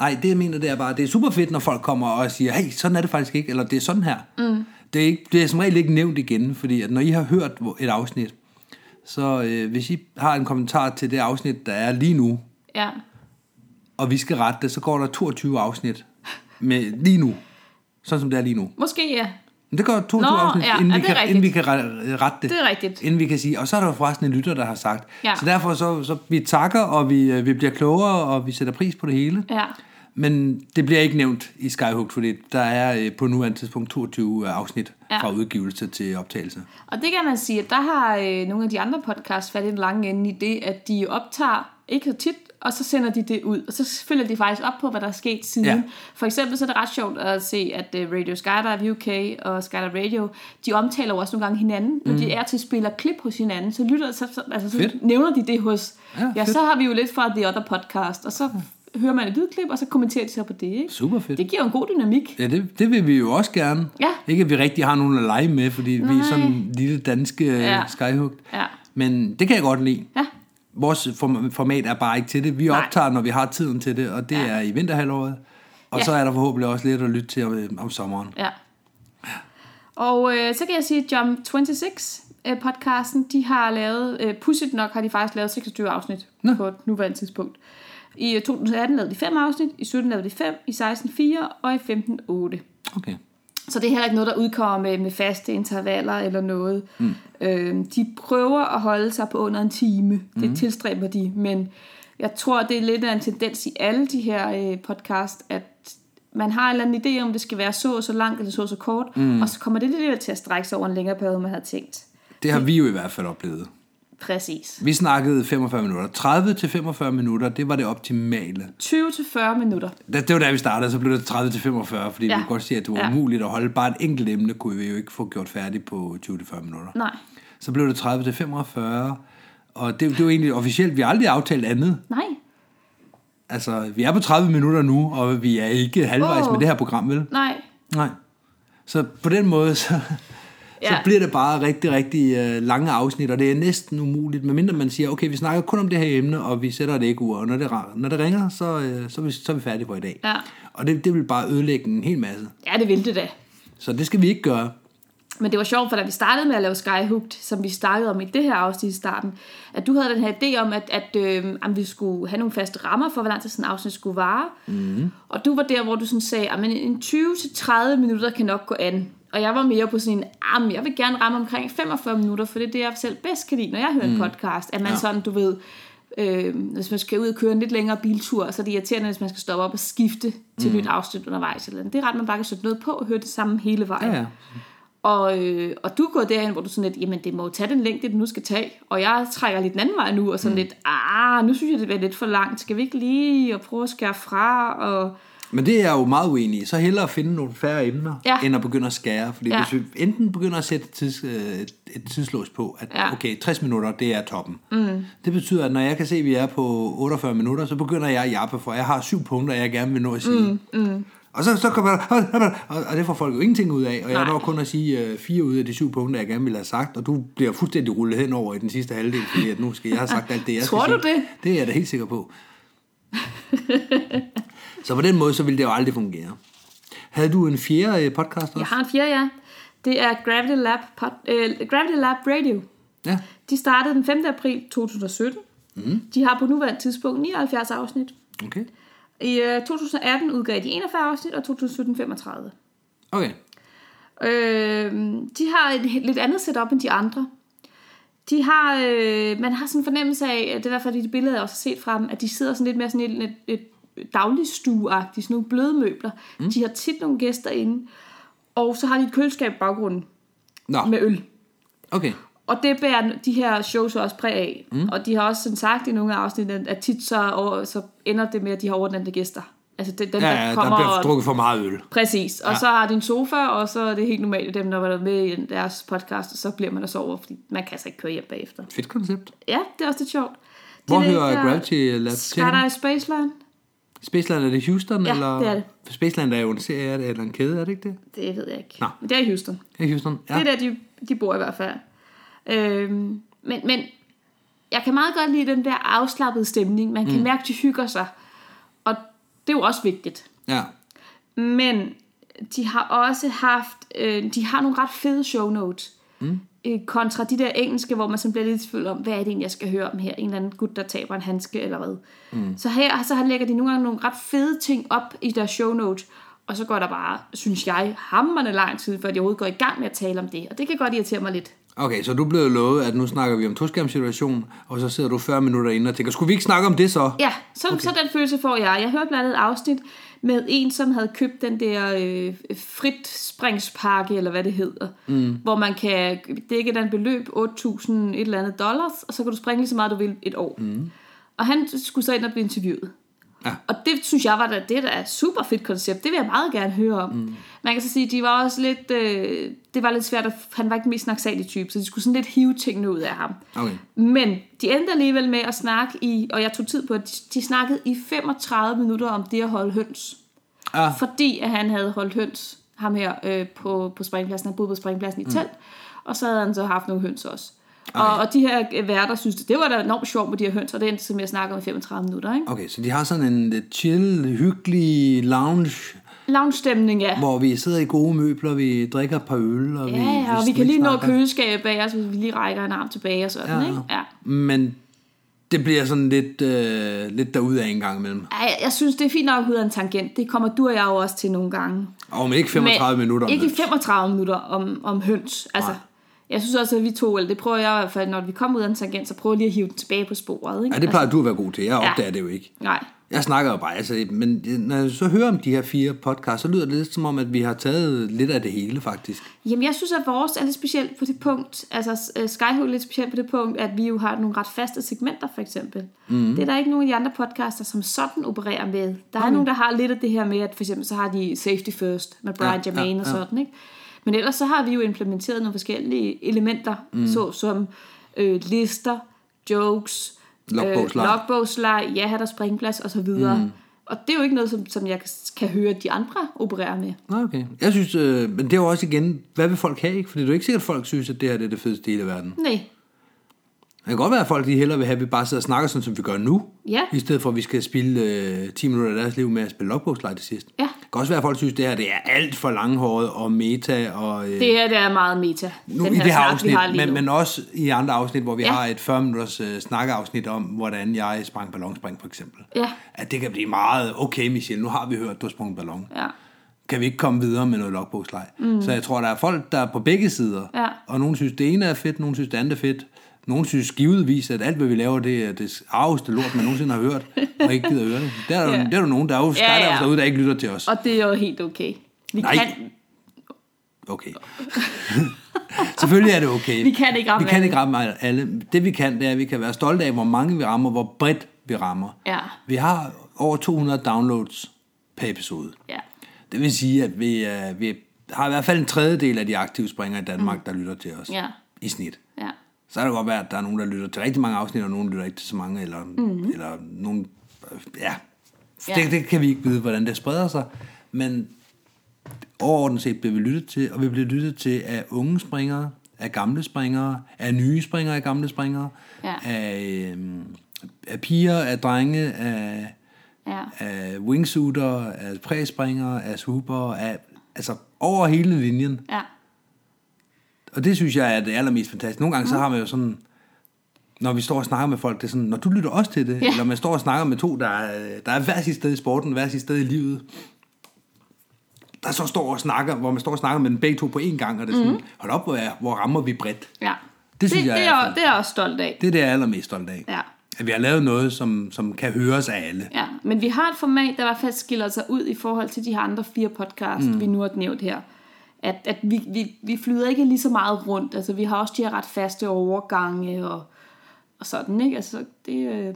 C: nej, det jeg mener, det er bare, det er super fedt, når folk kommer og siger, hey, sådan er det faktisk ikke, eller det er sådan her. Mm. Det, er ikke, det er som regel ikke nævnt igen, fordi at når I har hørt hvor- et afsnit, så øh, hvis I har en kommentar til det afsnit, der er lige nu,
B: Ja.
C: og vi skal rette det, så går der 22 afsnit med lige nu. Sådan som det er lige nu.
B: Måske ja.
C: Men det går 22
B: Nå,
C: afsnit,
B: ja,
C: inden,
B: ja,
C: vi
B: det er
C: kan,
B: rigtigt.
C: inden vi kan re- rette det.
B: Det er rigtigt.
C: Inden vi kan sige, og så er der jo forresten en lytter, der har sagt.
B: Ja.
C: Så derfor så, så vi takker, og vi, øh, vi bliver klogere, og vi sætter pris på det hele.
B: Ja.
C: Men det bliver ikke nævnt i Skyhook, fordi der er øh, på nuværende tidspunkt 22 afsnit
B: Ja.
C: fra udgivelse til optagelse.
B: Og det kan man sige, at der har øh, nogle af de andre podcasts fat i den lange ende i det, at de optager ikke så tit, og så sender de det ud. Og så følger de faktisk op på, hvad der er sket siden.
C: Ja.
B: Ja. For eksempel så er det ret sjovt at se, at øh, Radio Skydive UK og Skydive Radio, de omtaler jo også nogle gange hinanden. Når de er til at spiller klip hos hinanden, så, lytter, så, så, altså, så
C: Mm. Fedt.
B: nævner de det hos...
C: Ja,
B: Ja, ja
C: fedt.
B: så har vi jo lidt fra The Other Podcast, og så hører man et lydklip, og så kommenterer de så på det. Ikke?
C: Super fedt.
B: Det giver jo en god dynamik.
C: Ja, det, det vil vi jo også gerne.
B: Ja.
C: Ikke at vi rigtig har nogen at lege med, fordi Nej. vi er
B: Nej.
C: sådan en lille danske ja.
B: Ja.
C: skyhugt.
B: Ja.
C: Men det kan jeg godt lide.
B: Ja.
C: Vores form- format er bare ikke til det. Vi
B: Nej.
C: optager, når vi har tiden til det, og det ja.
B: Ja.
C: er i vinterhalvåret. Og
B: Ja.
C: så er der forhåbentlig også lidt at lytte til om, om sommeren.
B: Ja. Og øh, så kan jeg sige, at Jump 26 øh, podcasten, de har lavet, øh, pudsigt nok har de faktisk lavet 26 afsnit Nå. på nuværende tidspunkt. I øh, 2018 lavede de 5 afsnit, i 17 lavede de 5, i 16 4 og i 15 8.
C: Okay.
B: Så det er heller ikke noget, der udkommer med, med faste intervaller eller noget. Mm. Øhm, de prøver at holde sig på under en time. Det tilstræber de, men jeg tror, det er lidt af en tendens i alle de her øh, podcast, at man har en eller anden idé om, det skal være så og så langt eller så og så kort, mm. og så kommer det lidt til at strække sig over en længere periode, end man havde tænkt.
C: Det har vi jo i hvert fald oplevet.
B: Præcis.
C: Vi snakkede 45 minutter. 30 til 45 minutter, det var det optimale.
B: 20-40 minutter.
C: Da- Det var da vi startede, så blev det 30 til 45, fordi ja.
B: Ja.
C: vi kunne godt se, at det var ja.
B: Ja.
C: umuligt at holde. Bare et enkelt emne kunne vi jo ikke få gjort færdigt på 20 til 40 minutter.
B: Nej.
C: Så blev det 30 til 45. Og det, det var egentlig officielt, vi har aldrig aftalt andet.
B: Nej.
C: Altså, vi er på 30 minutter nu, og vi er ikke halvvejs oh.
B: Åh.
C: med det her program, vel?
B: Nej.
C: Nej. Så på den måde, så, ja. så
B: Ja.
C: bliver det bare rigtig, rigtig øh, lange afsnit, og det er næsten umuligt, medmindre man siger, okay, vi snakker kun om det her emne, og vi sætter et ægur, og når det, ra- når det ringer, så, øh, så, er vi, så er vi færdige for i dag.
B: Ja.
C: Og det, det vil bare ødelægge en hel masse.
B: Ja, det ville det da.
C: Så det skal vi ikke gøre.
B: Men det var sjovt, for da vi startede med at lave Skyhooked, som vi snakkede om i det her afsnit i starten, at du havde den her idé om, at, at, øh, at vi skulle have nogle faste rammer for, hvor lang tid sådan en afsnit skulle vare. Mm. Og du var der, hvor du sådan sagde, at en 20-30 minutter kan nok gå an. Og jeg var mere på sådan en, arm, jeg vil gerne ramme omkring 45 minutter, for det er det, jeg selv bedst kan lide, når jeg hører mm. en podcast. At man ja. sådan, du ved, øh, hvis man skal ud og køre en lidt længere biltur, så er det irriterende, hvis man skal stoppe op og skifte til mm. nyt afsnit undervejs. Eller andet. Det er ret, man bare kan sætte noget på og høre det samme hele vejen.
C: Ja, ja.
B: Og, øh, og du er gået derhen, hvor du sådan lidt, jamen det må jo tage den længde, det nu skal tage. Og jeg trækker lidt den anden vej nu, og sådan mm. lidt, ah, nu synes jeg, det bliver lidt for langt. Skal vi ikke lige og prøve at skære fra? Og,
C: Men det er jeg jo meget uenig i. Så hellere at finde nogle færre emner,
B: Ja.
C: ja. end at begynde at skære. Fordi
B: Ja.
C: ja. hvis vi enten begynder at sætte et, tids, øh, et- et tidslås på, at
B: Ja.
C: ja. okay, 60 minutter, det er toppen. Mm. Det betyder, at når jeg kan se, at vi er på 48 minutter, så begynder jeg at jappe for. Jeg har syv punkter, jeg gerne vil nå at sige. Mm. Mm. Og så, så kommer der, og, og det får folk jo ingenting ud af. Og jeg
B: Nej.
C: når kun at sige øh, fire ud af de syv punkter, jeg gerne ville have sagt. Og du bliver fuldstændig rullet hen over i den sidste halvdel, fordi at nu skal jeg have sagt alt det, jeg
B: Tror
C: skal
B: du
C: sige.
B: det?
C: Det er jeg da helt sikker på. Så på den måde, så ville det jo aldrig fungere. Havde du en fjerde øh, podcast også?
B: jeg har en fjerde, ja. Det er Gravity Lab, pod, øh, Gravity Lab Radio.
C: Ja.
B: De startede den 5. april 2017. Mm. De har på nuværende tidspunkt 79 afsnit.
C: Okay.
B: I øh, 2018 udgav de 41 afsnit, og 2017 35.
C: Okay.
B: Øh, de har et he- lidt andet setup end de andre. De har, øh, man har sådan en fornemmelse af, at det er i hvert fald i de billeder, jeg også har set fra dem, at de sidder sådan lidt mere sådan et, et, et dagligstueagtigt, sådan nogle bløde møbler. Mm. De har tit nogle gæster inde, og så har de et køleskab i baggrunden
C: Nå,
B: med øl.
C: okay.
B: Og det bærer de her shows også præg af. Mm. Og de har også sådan sagt i nogle af afsnittene, at tit så, over, så ender det med, at de har overnatte gæster. Altså det, dem,
C: Ja,
B: der
C: ja, der
B: kommer
C: bliver
B: og
C: drukket for meget øl.
B: Præcis. Og ja. så har de en sofa, og så er det helt normalt at dem, der var med i deres podcast, og så bliver man der sover, fordi man kan altså ikke køre hjem bagefter.
C: Fedt koncept.
B: Ja, det er også lidt øh, sjovt. De
C: Hvor
B: ligger-
C: hører Gravity øh, Lab til?
B: Skydive Spaceland?
C: Spaceland, er det Houston?
B: Ja,
C: eller?
B: det er det.
C: For Spaceland er jo en serie er det- eller en kæde, er det ikke det?
B: Det ved jeg ikke.
C: Nå.
B: Men det er i Houston.
C: Ja, Houston. Ja.
B: Ja. Det er der, de, de bor i hvert fald. Øhm, men, men jeg kan meget godt lide den der afslappede stemning. Man kan mm. mærke, de hygger sig. Og det er jo også vigtigt.
C: ja.
B: Men de har også haft, øh, de har nogle ret fede show notes. Mm. Øh, kontra de der engelske, hvor man sådan bliver lidt i tvivl om, hvad er det egentlig, jeg skal høre om her? En eller anden gut, der taber en handske eller hvad. Mm. Så her så her lægger de nogle gange nogle ret fede ting op i deres show notes. Og så går der bare, synes jeg, hammerne lang tid, før de overhovedet går i gang med at tale om det. Og det kan godt irritere mig lidt.
C: Okay, så du blev lovet, at nu snakker vi om toskærmssituationen, og så sidder du 40 minutter inde og tænker, skulle vi ikke snakke om det så?
B: Ja, så, okay. så den følelse får jeg. Jeg hørte blandt andet et afsnit med en, som havde købt den der øh, frit springspakke, eller hvad det hedder, mm. hvor man kan dække den beløb 8.000 et eller andet dollars, og så kan du springe lige så meget, du vil et år. Mm. Og han skulle så ind og blive interviewet.
C: Ja.
B: Og det synes jeg var da, det der er et super fedt koncept. Det vil jeg meget gerne høre om. Mm. Man kan så sige, de var også lidt, øh, det var lidt svært, at, han var ikke den mest snaksalig type, så de skulle sådan lidt hive tingene ud af ham.
C: Okay.
B: Men de endte alligevel med at snakke i, og jeg tog tid på, at de, de snakkede i 35 minutter om det at holde høns.
C: Ah.
B: Fordi at han havde holdt høns, ham her, øh, på, på springpladsen. Han boede på springpladsen i telt, og så havde han så haft nogle høns også. Og, og de her øh, værter synes, det var da enormt sjovt med de her høns, og det endte, som jeg snakker om i 35 minutter. Ikke?
C: Okay, så de har sådan en lidt chill, hyggelig lounge,
B: Lounge-stemning, ja.
C: hvor vi sidder i gode møbler, vi drikker et par øl, og vi,
B: Ja, ja, og vi kan lige nå
C: sniksnakker.
B: køleskabet bag os, hvis vi lige rækker en arm tilbage og sådan, ja. ikke? Ja.
C: Men det bliver sådan lidt, øh, lidt derude af en gang imellem.
B: Ej, jeg synes, det er fint nok at ud af en tangent. Det kommer du og jeg jo også til nogle gange.
C: Og om ikke 35
B: Men
C: minutter.
B: Ikke
C: men-
B: 35 minutter om, om høns. Altså,
C: Nej.
B: jeg synes også, at vi to, eller det prøver jeg i hvert fald, når vi kommer ud af en tangent, så prøver jeg lige at hive den tilbage på sporet. Ikke?
C: Ja, det plejer du at være god til. Jeg opdager det jo ikke.
B: Altså, nej.
C: Jeg snakker jo bare, altså, men når jeg så hører om de her fire podcasts, så lyder det lidt som om, at vi har taget lidt af det hele, faktisk.
B: Jamen, jeg synes, at vores er lidt specielt på det punkt, altså øh, Skyhook er lidt specielt på det punkt, at vi jo har nogle ret faste segmenter, for eksempel.
C: Mhm.
B: Mm. Det er der ikke nogen af de andre podcaster, som sådan opererer med. Der er nogen, der har lidt af det her med, at for eksempel så har de Safety First med Brian
C: Ja,
B: ja, Jermaine ja,
C: ja,
B: og sådan, ikke? Men ellers så har vi jo implementeret nogle forskellige elementer,
C: Mhm.
B: mm. såsom øh, lister, jokes,
C: Logbogsleg. Mhm.
B: øh, logbogsleg, ja, der springplads og så videre. Mm. Og det er jo ikke noget, som, som jeg kan høre, at de andre opererer med.
C: Nå, okay. Jeg synes, øh, men det er jo også igen, hvad vil folk have, ikke? Fordi det er jo ikke sikkert, at folk synes, at det her det er det fedeste i hele verden.
B: Nej.
C: Det kan godt være, at folk de hellere vil have, at vi bare sidder og snakker sådan, som vi gør nu.
B: Ja.
C: I stedet for, at vi skal spille øh, 10 minutter af deres liv med at spille logbogslej til sidst.
B: Ja.
C: Det kan også være, at folk synes, at det her det er alt for langhåret og meta. Og, øh,
B: Det her, det er meget meta.
C: nu, i
B: her
C: det her
B: snak,
C: afsnit,
B: vi har lige
C: men,
B: nu.
C: men også i andre afsnit, hvor vi
B: Ja.
C: har et 40 minutters øh, snakkeafsnit om, hvordan jeg sprang ballonspring, for eksempel.
B: Ja.
C: At det kan blive meget, okay Michelle, nu har vi hørt, du har sprunget ballon.
B: Ja.
C: Kan vi ikke komme videre med noget logbogslej? Mm. Så jeg tror, der er folk, der er på begge sider.
B: Ja.
C: Og nogen synes, det ene er fedt, nogen synes, det andet er fedt. Nogen synes givetvis, at alt, hvad vi laver, det er det arveste lort, man nogensinde har hørt, og ikke gider at høre det. Der er,
B: Ja.
C: yeah. der er jo nogen, der er jo ja,
B: ja.
C: ja. derude, der ikke lytter til os.
B: Og det er jo helt okay. Vi
C: Nej.
B: kan, *laughs*
C: Okay. Selvfølgelig er det okay.
B: Vi kan ikke ramme
C: vi kan
B: alle.
C: ikke ramme alle. Det vi kan, det er, at vi kan være stolte af, hvor mange vi rammer, hvor bredt vi rammer.
B: Ja.
C: Vi har over 200 downloads per episode.
B: ja.
C: Det vil sige, at vi, uh, vi har i hvert fald en tredjedel af de aktive springere i Danmark, mm. der lytter til os.
B: Ja.
C: I snit.
B: Ja.
C: Så er det godt være, at der er nogen, der lytter til rigtig mange afsnit, og nogen lytter ikke til så mange, eller, mm. eller nogen... øh, Ja.
B: Ja.
C: ja. Det, det kan vi ikke vide, hvordan det spreder sig. Men overordnet set bliver vi lyttet til, og vi bliver lyttet til af unge springere, af gamle springere, af nye springere, af gamle springere,
B: Ja.
C: af, øhm, af piger, af drenge, af,
B: Ja.
C: af wingsuiter, af præspringere, af swooper, af, altså over hele linjen.
B: Ja.
C: Og det synes jeg er det allermest fantastiske. Nogle gange
B: Mm.
C: så har man jo sådan, når vi står og snakker med folk, det er sådan, når du lytter også til det,
B: Ja.
C: ja. eller man står og snakker med to, der er, der er hver sit sted i sporten, hver sit sted i livet, der så står og snakker, hvor man står og snakker med dem begge to på én gang, og det er sådan, mm. hold op, hvor, er, hvor rammer vi bredt.
B: ja.
C: Det synes
B: det,
C: jeg
B: det,
C: er
B: er,
C: fint.
B: det er jeg også stolt af.
C: Det er det, jeg er allermest stolt af.
B: Ja.
C: At vi har lavet noget, som, som kan høres af alle.
B: Ja, men vi har et format, der i hvert fald skiller sig ud i forhold til de her andre fire podcast, mm. vi nu har nævnt her. At, at vi, vi, vi flyder ikke lige så meget rundt. Altså, vi har også de her ret faste overgange og, og sådan, ikke? Altså, det... Øh...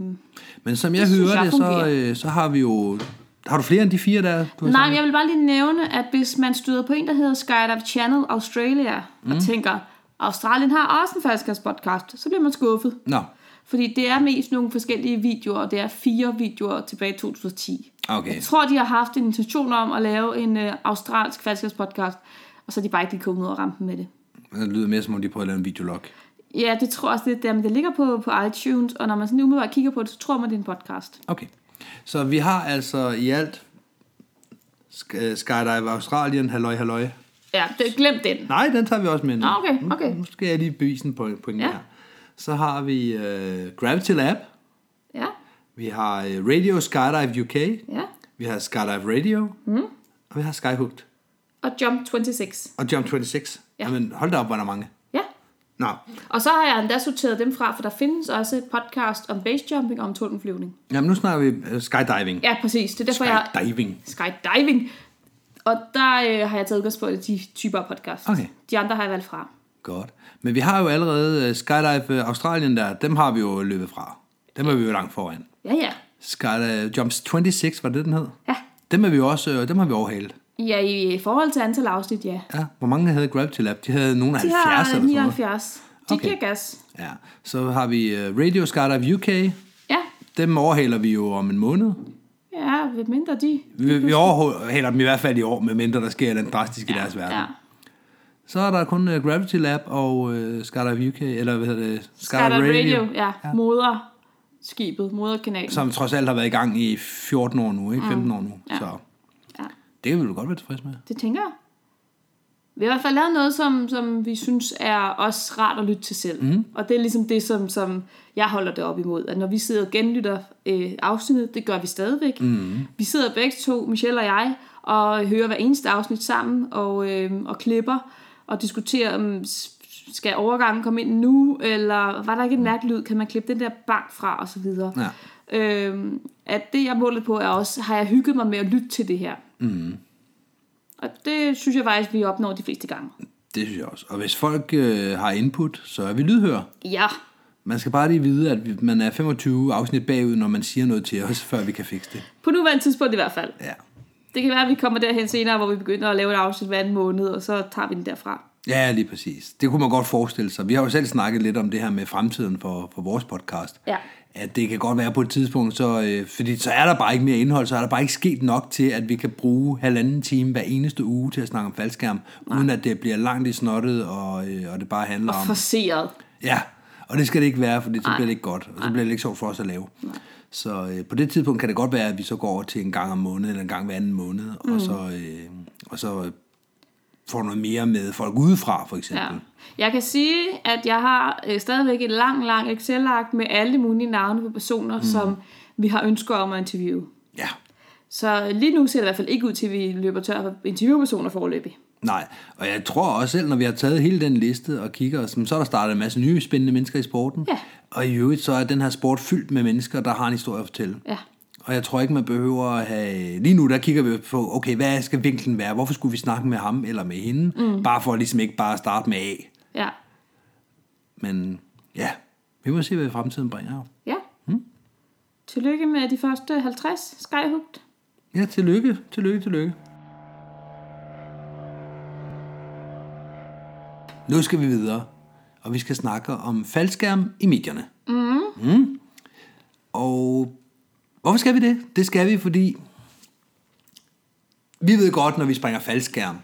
C: Men som jeg
B: Det
C: det
B: synes
C: hører
B: jeg
C: det, så,
B: fungerer.
C: øh, så har vi jo... Har du flere end de fire, der er- du har
B: Nej,
C: sagt?
B: men jeg vil bare lige nævne, at hvis man støder på en, der hedder Skydive Channel Australia, mm. og tænker, Australien har også en faldskabspodcast, så bliver man skuffet.
C: Nå,
B: Fordi det er mest nogle forskellige videoer, og det er fire videoer tilbage i 2010.
C: okay.
B: Jeg tror, de har haft en intention om at lave en øh, australsk podcast, og så er de bare ikke lige kommet ud og rampen med det.
C: Det lyder mere, som om de prøver at lave en videolog.
B: Ja, det tror jeg også lidt der, men det ligger på, på iTunes, og når man sådan umiddelbart kigger på det, så tror man, det er en podcast.
C: Okay. Så vi har altså i alt Sk- øh, Skydive Australien, halløj, halløj.
B: Ja, det, glem den.
C: Nej, den tager vi også med nu.
B: Nå, okay, okay.
C: Nu, nu skal jeg lige bevise en point, point
B: Ja.
C: ja. her. Så har vi øh, Gravity Lab.
B: Ja,
C: Vi har øh, Radio Skydive UK.
B: ja.
C: Vi har Skydive Radio. Mm. Og vi har Skyhooked.
B: Og Jump 26.
C: Og Jump 26.
B: Ja.
C: Ja. Jamen, hold da op, hvor er der mange.
B: Ja.
C: Nå,
B: Og så har jeg endda sorteret dem fra, for der findes også et podcast om basejumping og om tundenflyvning.
C: Jamen, nu snakker vi øh, skydiving.
B: Ja, præcis. Det er derfor, jeg...
C: Skydiving.
B: Skydiving. Og der øh, har jeg taget udgangspunkt i de typer af podcast.
C: Okay.
B: De andre har jeg valgt fra.
C: Godt. Men vi har jo allerede øh, Skydive øh, Australien der, dem har vi jo løbet fra. Dem er vi jo langt foran.
B: Ja, ja.
C: Skydive Jumps 26, var det den hed?
B: Ja.
C: Dem er vi jo også, øh, dem har vi overhalet.
B: Ja, i forhold til antal afsnit, ja.
C: Ja. Hvor mange havde Gravity Lab? De havde nogen af
B: De
C: 70 eller
B: har
C: sådan noget.
B: 79. De okay.
C: Okay.
B: giver gas.
C: Ja. Så har vi øh, Radio Skydive UK.
B: Ja,
C: Dem overhaler vi jo om en måned.
B: ja, ved mindre de.
C: Vi, vi overhaler dem i hvert fald i år, medmindre der sker den drastiske i deres verden.
B: Ja.
C: Så er der kun øh, Gravity Lab og uh, Skydive UK, eller hvad hedder det?
B: Skydive Radio, ja. ja. Moderskibet, moderkanalen.
C: som trods alt har været i gang i 14 år nu, ikke? 15 år nu.
B: Mm. Ja.
C: Ja. Så
B: Ja.
C: det vil du godt være tilfreds med.
B: Det tænker jeg. Vi har i hvert fald lavet noget, som, som vi synes er også rart at lytte til selv. Mm. Og det er ligesom det, som, som jeg holder det op imod. At når vi sidder og genlytter øh, afsnittet, det gør vi stadigvæk. Mm. Vi sidder begge to, Michelle og jeg, og hører hver eneste afsnit sammen og, øh, og klipper og diskuterer, om s- skal overgangen komme ind nu, eller var der ikke et mærkeligt lyd, kan man klippe den der bank fra, og så videre.
C: Ja.
B: Øhm, at det, jeg måler på, er også, har jeg hygget mig med at lytte til det her? Og det synes jeg faktisk, vi opnår de fleste gange.
C: Det synes jeg også. Og hvis folk øh, har input, så er vi lydhør.
B: Ja,
C: Man skal bare lige vide, at vi- man er 25 afsnit bagud, når man siger noget til os, *laughs* før vi kan fikse det.
B: på nuværende tidspunkt i hvert fald.
C: Ja,
B: Det kan være, at vi kommer derhen senere, hvor vi begynder at lave et afsnit hver anden måned, og så tager vi den derfra.
C: ja lige præcis. Det kunne man godt forestille sig. Vi har jo selv snakket lidt om det her med fremtiden for, for vores podcast.
B: Ja.
C: at det kan godt være på et tidspunkt, så, øh, fordi så er der bare ikke mere indhold, så er der bare ikke sket nok til, at vi kan bruge halvanden time hver eneste uge til at snakke om faldskærm, uden at det bliver langt i snottet, og, øh, og det bare handler om...
B: Forseret.
C: Ja, og det skal det ikke være, for så bliver det ikke godt, og så bliver det ikke sjovt for os at lave. Så øh, på det tidspunkt kan det godt være, at vi så går over til en gang om måneden, eller en gang hver anden måned, mm.
B: Mhm.
C: og så, øh, og så øh, får noget mere med folk udefra, for
B: Ja.
C: eksempel.
B: Jeg kan sige, at jeg har øh, stadigvæk et lang, lang Excel-ark med alle mulige navne på personer, mm. som vi har ønsker om at interviewe.
C: Ja. ja.
B: Så lige nu ser det i hvert fald ikke ud til, at vi løber tør for interviewpersoner foreløbig.
C: Nej, og jeg tror også selv, når vi har taget hele den liste og kigger, os, så er der startet en masse nye spændende mennesker i sporten.
B: Ja.
C: Og i øvrigt så er den her sport fyldt med mennesker, der har en historie at fortælle.
B: Ja.
C: Og jeg tror ikke, man behøver at have... Lige nu, der kigger vi på, okay, hvad skal vinklen være? Hvorfor skulle vi snakke med ham eller med hende? Mm. Bare for ligesom ikke bare at starte med A.
B: Ja.
C: Men ja, vi må se, hvad fremtiden bringer.
B: Ja. Mm. Tillykke med de første 50 skyhugt.
C: Ja, tillykke, tillykke, tillykke. Nu skal vi videre, og vi skal snakke om faldskærm i medierne. Mm. Mm.
B: Mm-hmm.
C: Og hvorfor skal vi det? Det skal vi, fordi vi ved godt, når vi springer faldskærm,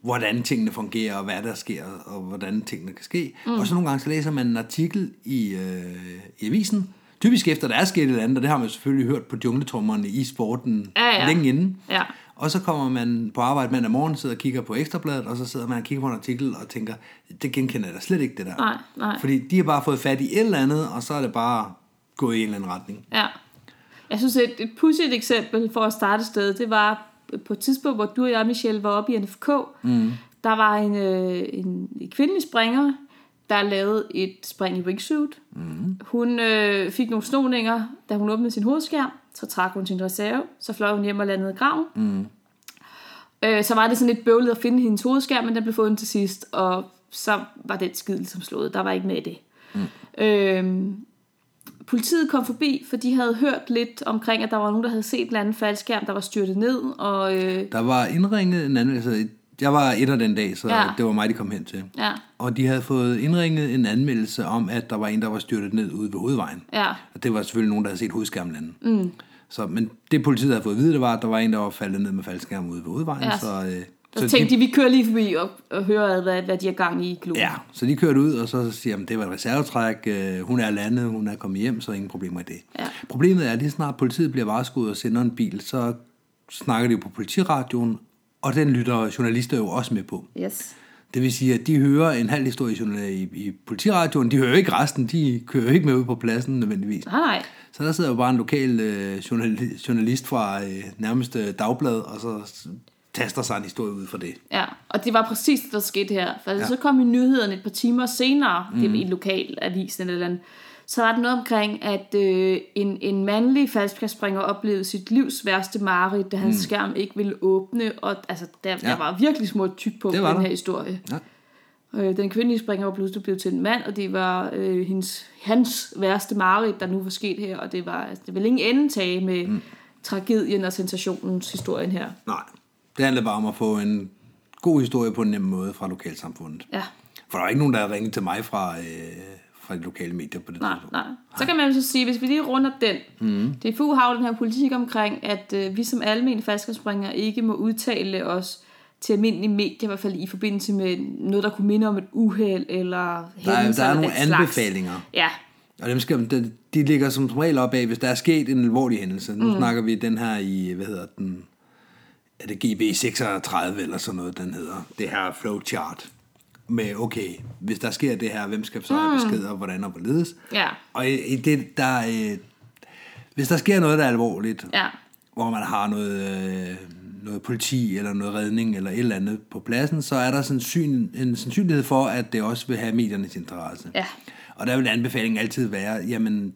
C: hvordan tingene fungerer, og hvad der sker, og hvordan tingene kan ske. Mm. Og så nogle gange så læser man en artikel i, øh, i avisen, typisk efter der er sket et eller andet, og det har man selvfølgelig hørt på jungletrummerne i sporten
B: Ja, ja.
C: længe inden.
B: Ja.
C: Og så kommer man på arbejde mandag morgen, sidder og kigger på Ekstrabladet, og så sidder man og kigger på en artikel og tænker, det genkender jeg da slet ikke det der.
B: Nej, nej.
C: Fordi de har bare fået fat i et eller andet, og så er det bare gået i en eller anden retning.
B: Ja. Jeg synes, et, et pudsigt eksempel for at starte et sted, det var på et tidspunkt, hvor du og jeg, Michelle, var oppe i NFK. Mm. Der var en, øh, en kvindelig springer, der lavede et spring i wingsuit. Mm. Hun øh, fik nogle snoninger, da hun åbnede sin hovedskærm. Så trak hun sin reserve, så fløj hun hjem og landede i graven. Mm. Øh, så var det sådan lidt bøvlet at finde hendes hovedskærm, men den blev fundet til sidst, og så var den skid ligesom slået. Der var ikke med i det. Mm. Øh, Politiet kom forbi, for de havde hørt lidt omkring, at der var nogen, der havde set en eller anden faldskærm, der var styrtet ned. Og, øh,
C: Der var indringet en anden, altså jeg var etter den dag, så
B: Ja.
C: ja. det var mig, de kom hen til.
B: ja,
C: Og de havde fået indringet en anmeldelse om, at der var en, der var styrtet ned ude ved hovedvejen.
B: ja,
C: Og det var selvfølgelig nogen, der havde set hovedskærmlanden. Mm. Så, men det politiet havde fået at vide, det var, at der var en, der var faldet ned med faldskærm ude ved hovedvejen.
B: Ja.
C: Ja. Så, øh,
B: så, så tænkte de, vi kører lige forbi og, og hører, ad, hvad, hvad de har gang i i klubben.
C: Ja, så de kørte ud, og så siger de, det var et reservetræk, øh, hun er landet, hun er kommet hjem, så ingen problemer i det.
B: Ja.
C: Problemet er, at lige snart politiet bliver varskudt og sender en bil, så snakker de jo på politiradioen, og den lytter journalister jo også med på.
B: Yes.
C: Det vil sige, at de hører en halv historie i journal- i, i politiradioen, de hører ikke resten, de kører jo ikke med ud på pladsen nødvendigvis.
B: Nej, Ah, nej.
C: Så der sidder jo bare en lokal øh, journali- journalist fra øh, nærmeste dagblad, og så s- taster sig en historie ud fra det.
B: Ja, og det var præcis det, der skete her. For ja. så kom i nyhederne et par timer senere, mm. det var i en lokal avis eller et eller andet, så var der noget omkring, at øh, en, en mandlig faldskærmspringer oplevede sit livs værste mareridt, da hans mm. skærm ikke ville åbne, og altså, der, ja. der var virkelig små tyk på
C: Det
B: den
C: var
B: her
C: der.
B: historie.
C: Ja.
B: Øh, den kvindelige springer var pludselig blevet til en mand, og det var øh, hendes, hans værste mareridt, der nu var sket her, og det var altså, det vil ingen ende tage med mm. tragedien og sensationens historien her.
C: Nej, det handler bare om at få en god historie på en nem måde fra lokalsamfundet.
B: Ja.
C: For der var ikke nogen, der havde ringet til mig fra, øh, fra de lokale medier på det
B: Nej,
C: tidspunkt.
B: nej. Så kan man jo så sige, hvis vi lige runder den. Mm. DFU har jo den her politik omkring, at øh, vi som almindelige falskerspringere ikke må udtale os til almindelige medier, i hvert fald i forbindelse med noget, der kunne minde om et uheld eller
C: Der er,
B: hændelser
C: der er
B: eller
C: nogle
B: den slags.
C: anbefalinger,
B: Ja,
C: og dem skal, de, de ligger som regel op af, hvis der er sket en alvorlig hændelse. Nu mm. snakker vi den her i, hvad hedder den, er det GB36 eller sådan noget, den hedder. Det her flowchart med, okay, hvis der sker det her, hvem skal så have besked og hvordan og hvorledes.
B: Mm. Ja.
C: Og i, i det, der, øh, hvis der sker noget, der er alvorligt,
B: ja,
C: hvor man har noget, øh, noget politi eller noget redning eller et eller andet på pladsen, så er der sandsyn, en sandsynlighed for, at det også vil have mediernes interesse.
B: Ja.
C: Og der vil anbefalingen altid være, jamen,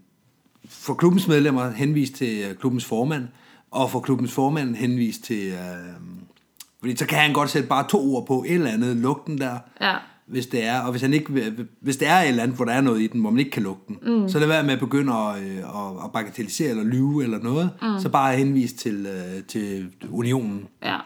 C: for klubbens medlemmer henvist til øh, klubbens formand, og for klubbens formand henvist til... Øh, fordi så kan han godt sætte bare to ord på et eller andet, lukke den der,
B: Ja.
C: hvis det er, og hvis, han ikke, vil- hvis det er et eller andet, hvor der er noget i den, hvor man ikke kan lukke den, mm. så lad være med at begynde at, øh, at, at bagatellisere eller lyve eller noget, mm. så bare henvise til, øh, til unionen.
B: ja.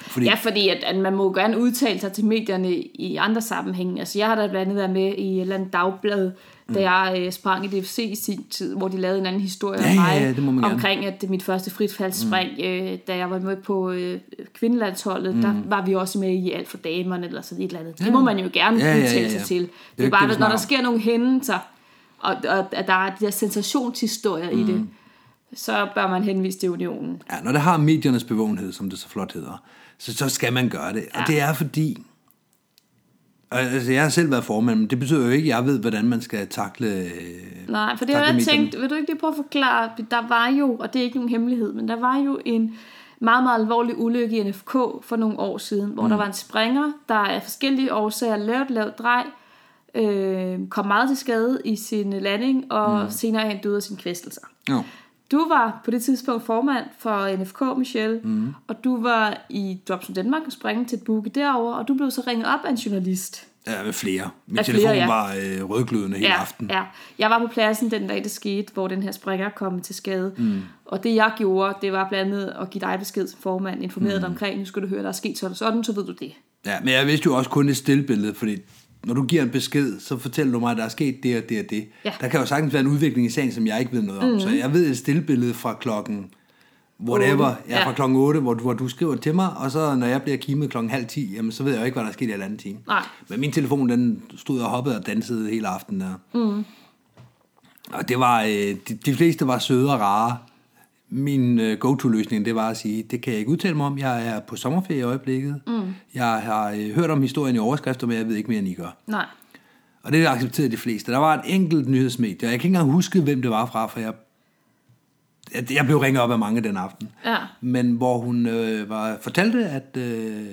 C: Fordi,
B: Ja, fordi at, at man må jo gerne udtale sig til medierne i andre sammenhænge. Altså, jeg har da blandt andet været med i et eller andet dagblad,
C: Mm.
B: da jeg øh, sprang i DFC i sin tid, hvor de lavede en anden historie
C: Ja,
B: om mig,
C: ja, ja, det må man gerne.
B: omkring at det mit første fritfaldsspring, mm. øh, da jeg var med på øh, kvindelandsholdet, mm. der var vi også med i alt for damerne, eller sådan et eller andet. Det må man jo gerne
C: Ja,
B: ja,
C: ja, ja,
B: udtale
C: ja.
B: sig til. Det,
C: jo
B: det er
C: ikke
B: bare,
C: det, vi
B: det, når der
C: snakker
B: sker nogle hændelser, og, og at der er de der sensationshistorier mm. i det, så bør man henvise til unionen.
C: Ja, når det har mediernes bevågenhed, som det så flot hedder, så, så skal man gøre det. Og
B: Ja.
C: det er fordi... og, Altså, jeg har selv været formand, men det betyder jo ikke, at jeg ved, hvordan man skal takle... øh,
B: Nej, for det
C: Tak
B: har
C: for
B: jeg
C: medierne.
B: tænkt, vil du ikke lige prøve at forklare, der var jo, og det er ikke nogen hemmelighed, men der var jo en meget, meget alvorlig ulykke i NFK for nogle år siden, hvor mm. der var en springer, der af forskellige årsager lavede et lavt drej, øh, kom meget til skade i sin landing, og mm. senere hen døde af sine kvæstelser.
C: Jo.
B: Du var på det tidspunkt formand for NFK, Michelle, mm. og du var i Dropson Danmark og springe til et buke derovre, og du blev så ringet op af en journalist.
C: Ja, med flere. Min
B: Af flere,
C: telefon
B: ja.
C: var øh, rødglødende hele aften.
B: Ja. Jeg var på pladsen den dag, det skete, hvor den her springer kom til skade. Mm. Og det jeg gjorde, det var blandt andet at give dig besked som formand, informere mm. dig omkring, nu skal du høre, der er sket sådan og sådan, så ved du det.
C: Ja, men jeg vidste jo også kun et stillbillede, fordi når du giver en besked, så fortæller du mig, at der er sket det og det og det.
B: Ja. Mhm.
C: Der kan jo sagtens være en udvikling i sagen, som jeg ikke ved noget om. Mm. Så jeg ved et stillbillede fra klokken whatever,
B: Otte.
C: ja, fra
B: Ja.
C: klokken 8, hvor du, hvor du skriver til mig, og så når jeg bliver kimet klokken halv 10, jamen, så ved jeg jo ikke, hvad der er sket i den anden time.
B: Nej.
C: Men min telefon, den stod og hoppede og dansede hele aftenen der. Mm. Og det var, øh, de, de fleste var søde og rare. Min øh, go-to-løsning, det var at sige, det kan jeg ikke udtale mig om, jeg er på sommerferie i øjeblikket. Mm. Jeg har øh, hørt om historien i overskrifter, men jeg ved ikke mere, end I gør.
B: Nej.
C: Og det accepterede de fleste. Der var et enkelt nyhedsmedie, og jeg kan ikke engang huske, hvem det var fra, for jeg, jeg, jeg blev ringet op af mange den aften.
B: Ja.
C: Men hvor hun øh, var, fortalte, at, øh,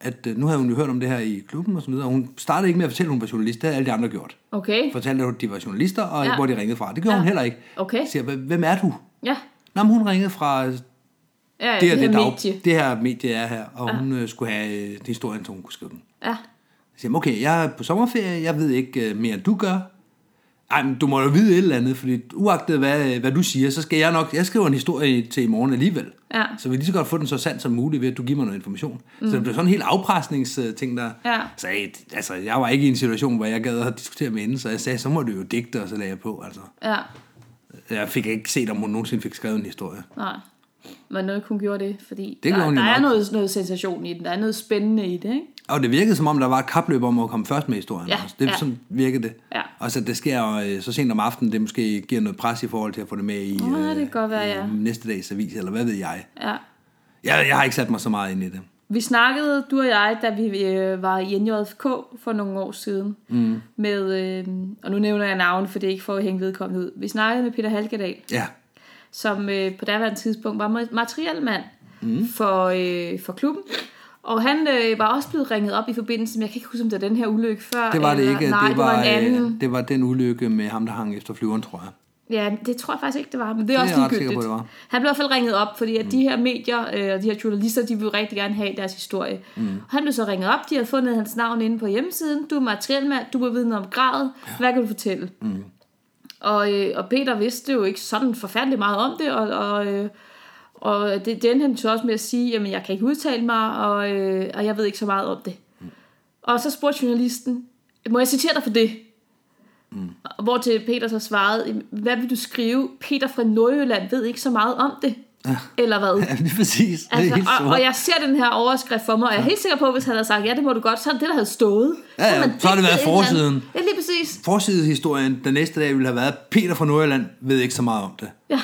C: at øh, nu havde hun jo hørt om det her i klubben og sådan noget, og hun startede ikke med at fortælle, at hun var journalist. Det havde alle de andre gjort.
B: Okay.
C: Fortalte, at de var journalister, og
B: Ja.
C: ja. hvor de ringede fra. Det gjorde
B: Ja.
C: hun heller ikke.
B: Okay.
C: Jeg siger, "Hva- hvem er du?
B: Ja.
C: Nå, men hun ringede fra det,
B: Ja, ja,
C: her, det,
B: her
C: dag,
B: medie.
C: det her medie er her, og ja. hun øh, skulle have øh, historien, så hun kunne skrive den.
B: Ja.
C: Så siger, jeg, okay, jeg er på sommerferie, jeg ved ikke øh, mere, end du gør. Ej, men du må jo vide et eller andet, fordi uagtet hvad, øh, hvad du siger, så skal jeg nok, jeg skriver en historie til i morgen alligevel.
B: Ja.
C: Så vi lige så godt få den så sand som muligt, ved at du giver mig noget information. Mm. Så det blev sådan en helt afpresningsting der.
B: Ja.
C: Så jeg, altså, jeg var ikke i en situation, hvor jeg gad at diskutere med hende, så jeg sagde, så må du jo digte, og så lagde jeg på. Altså.
B: Ja.
C: Jeg fik ikke set, om hun nogensinde fik skrevet en historie.
B: Nej. Men noget kunne gjorde det, fordi
C: Det gjorde
B: der,
C: hun jo
B: der er
C: nok.
B: noget, noget sensation i den, der er noget spændende i det, ikke?
C: Og det virkede som om, der var et kapløb om at komme først med historien.
B: Ja,
C: også. Det
B: ja.
C: ja. sådan virkede det.
B: Ja.
C: Og så det sker øh, så sent om aftenen, det måske giver noget pres i forhold til at få det med i øh,
B: Nå, det kan godt være,
C: i
B: ja.
C: næste dags avis, eller hvad ved jeg.
B: Ja.
C: jeg. Jeg har ikke sat mig så meget ind i det.
B: Vi snakkede, du og jeg, da vi øh, var i NJFK for nogle år siden, mm. med, øh, og nu nævner jeg navn, for det er ikke for at hænge vedkommende ud. Vi snakkede med Peter Halkedal,
C: Ja,
B: som øh, på daværende tidspunkt var ma- materielmand mm. for, øh, for klubben. Og han øh, var også blevet ringet op i forbindelse med, jeg kan ikke huske, om det var den her ulykke før.
C: det var det
B: eller,
C: ikke.
B: Nej, det var, det var en
C: øh,
B: anden.
C: det var den ulykke med ham, der hang efter flyveren, tror jeg. *laughs*
B: Ja, det tror jeg faktisk ikke, det var, men det er
C: er
B: også
C: jeg ret sikker
B: ligegyldigt.
C: på, det var. Mm.
B: Han blev i hvert fald ringet op, fordi at de her medier øh, og de her journalister, de ville rigtig gerne have deres historie. Mm. Han blev så ringet op, de havde fundet hans navn inde på hjemmesiden. Du er materielmand, du må vide noget om gradet. Hvad kan du fortælle? Mm. Og, øh, og Peter vidste jo ikke sådan forfærdeligt meget om det, og, og, øh, og det, det endte han så også med at sige, jamen jeg kan ikke udtale mig, og, øh, og jeg ved ikke så meget om det. Mm. Og så spurgte journalisten, må jeg citere dig for det?
C: Mm.
B: Hvor til Peter så svarede, hvad vil du skrive? Peter fra Nordjylland ved ikke så meget om det. Ja. Eller
C: *laughs*
B: hvad?
C: Ja, lige præcis. det er helt
B: Altså, og,
C: sort.
B: og jeg ser den her overskrift for mig, og jeg er helt sikker på, hvis han havde sagt, ja, det må du godt, så er det det, der havde stået.
C: Ja, ja,
B: havde man
C: så har det været
B: digtet et eller andet.
C: forsiden.
B: Ja, lige præcis.
C: Forsidehistorien den næste dag ville have været, Peter fra Nordjylland ved ikke så meget om det.
B: Ja,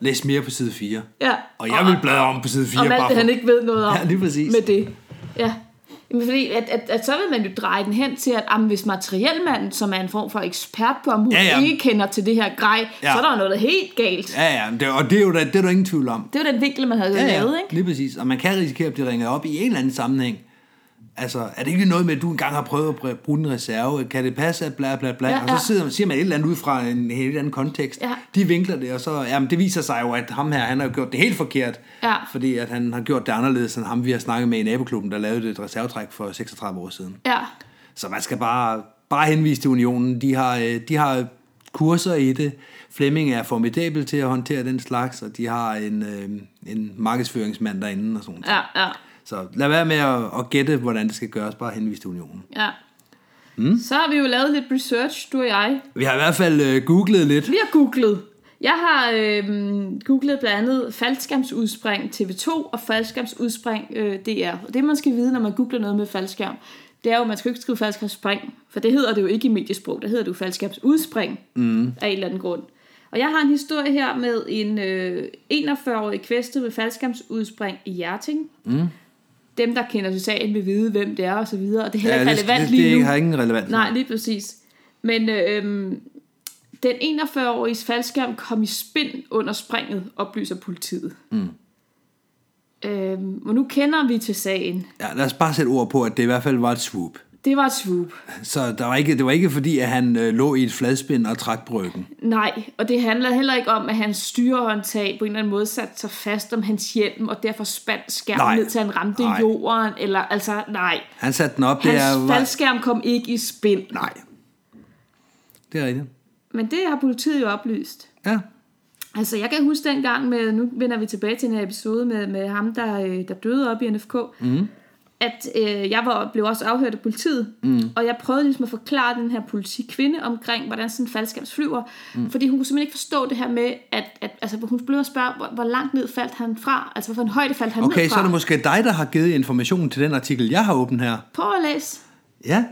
C: Læs mere på side 4.
B: ja.
C: Og jeg vil bladre om på side 4.
B: om alt
C: bare
B: det,
C: for-
B: han ikke ved noget om
C: Ja, lige præcis.
B: med det. Ja. Jamen, fordi at, at, at, så vil man jo dreje den hen til, at jamen, hvis materielmanden, som er en form for ekspert på området,
C: Ja, ja.
B: ikke kender til det her grej,
C: Ja.
B: så er der jo noget helt galt.
C: Ja, ja, men det, og det er jo der, det er der ingen tvivl om.
B: Det er jo den vinkel, man havde ja, lavet, ikke?
C: Lige præcis. Og man kan risikere at blive ringet op i en eller anden sammenhæng. Altså, er det ikke noget med, at du engang har prøvet at br- bruge en reserve? Kan det passe, at bla bla bla?
B: Ja,
C: Ja, og så
B: ja.
C: sidder, siger man et eller andet ud fra en helt anden kontekst.
B: Ja.
C: De vinkler det, og så jamen, det viser sig jo, at ham her, han har gjort det helt forkert.
B: Ja.
C: Fordi at han har gjort det anderledes end ham, vi har snakket med i naboklubben, der lavede et reservetræk for 36 år siden.
B: Ja.
C: Så man skal bare, bare henvise til unionen. De har, øh, de har kurser i det. Flemming er formidabel til at håndtere den slags, og de har en, øh, en markedsføringsmand derinde og sådan noget.
B: Ja, ja,
C: Så lad være med at, at gætte, hvordan det skal gøres. Bare henvise til unionen.
B: ja. Mm. Så har vi jo lavet lidt research, du og jeg.
C: Vi har i hvert fald øh, googlet lidt.
B: Vi har googlet. Jeg har øh, googlet blandt andet faldskærmsudspring TV2 og faldskærmsudspring øh, DR. Og det man skal vide, når man googler noget med faldskærm, det er jo, at man skal jo ikke skrive faldskærmsspring, for det hedder det jo ikke i mediesprog. Der hedder det jo faldskærmsudspring mm. af en eller anden grund. Og jeg har en historie her med en øh, 41-årig kvæstet med faldskærmsudspring i Hjerting. Mm. Dem, der kender til sagen, vil vide, hvem det er og så videre. Og det er heller ikke
C: det,
B: relevant
C: det,
B: lige nu.
C: det har ingen relevans.
B: Nej, lige præcis. Men øh, øhm, den 41-årige faldskærm kom i spind under springet, oplyser politiet. Mm. Øhm, og nu kender vi til sagen.
C: Ja, lad os bare sætte ord på, at det i hvert fald var et swoop.
B: Det var et swoop.
C: Så der var ikke, det var ikke fordi, at han øh, lå i et fladspind og trak bryggen.
B: Nej, og det handler heller ikke om, at hans styrehåndtag på en eller anden måde satte sig fast om hans hjelm, og derfor spandt skærmen
C: Nej.
B: ned til han ramte
C: Nej.
B: jorden, eller altså, nej.
C: Han satte den op, det
B: Hans
C: er...
B: faldskærm kom ikke i spind.
C: Nej. Det er rigtigt.
B: Men det har politiet jo oplyst.
C: Ja.
B: Altså, jeg kan huske dengang med, nu vender vi tilbage til den her episode med, med ham, der, øh, der døde op i NFK,
C: Mhm.
B: mm. at øh, jeg var, blev også afhørt af politiet, mm.
C: Mhm.
B: og jeg prøvede ligesom at forklare den her politikvinde omkring, hvordan sådan en faldskærms flyver,
C: Mhm.
B: mm. fordi hun kunne simpelthen ikke forstå det her med, at, at altså, hun blev at spørge, hvor, hvor langt ned faldt han fra, altså hvorfor en højde faldt han
C: Okay,
B: ned fra.
C: så er det måske dig, der har givet informationen til den artikel, jeg har åbent her.
B: Prøv at læse.
C: Ja.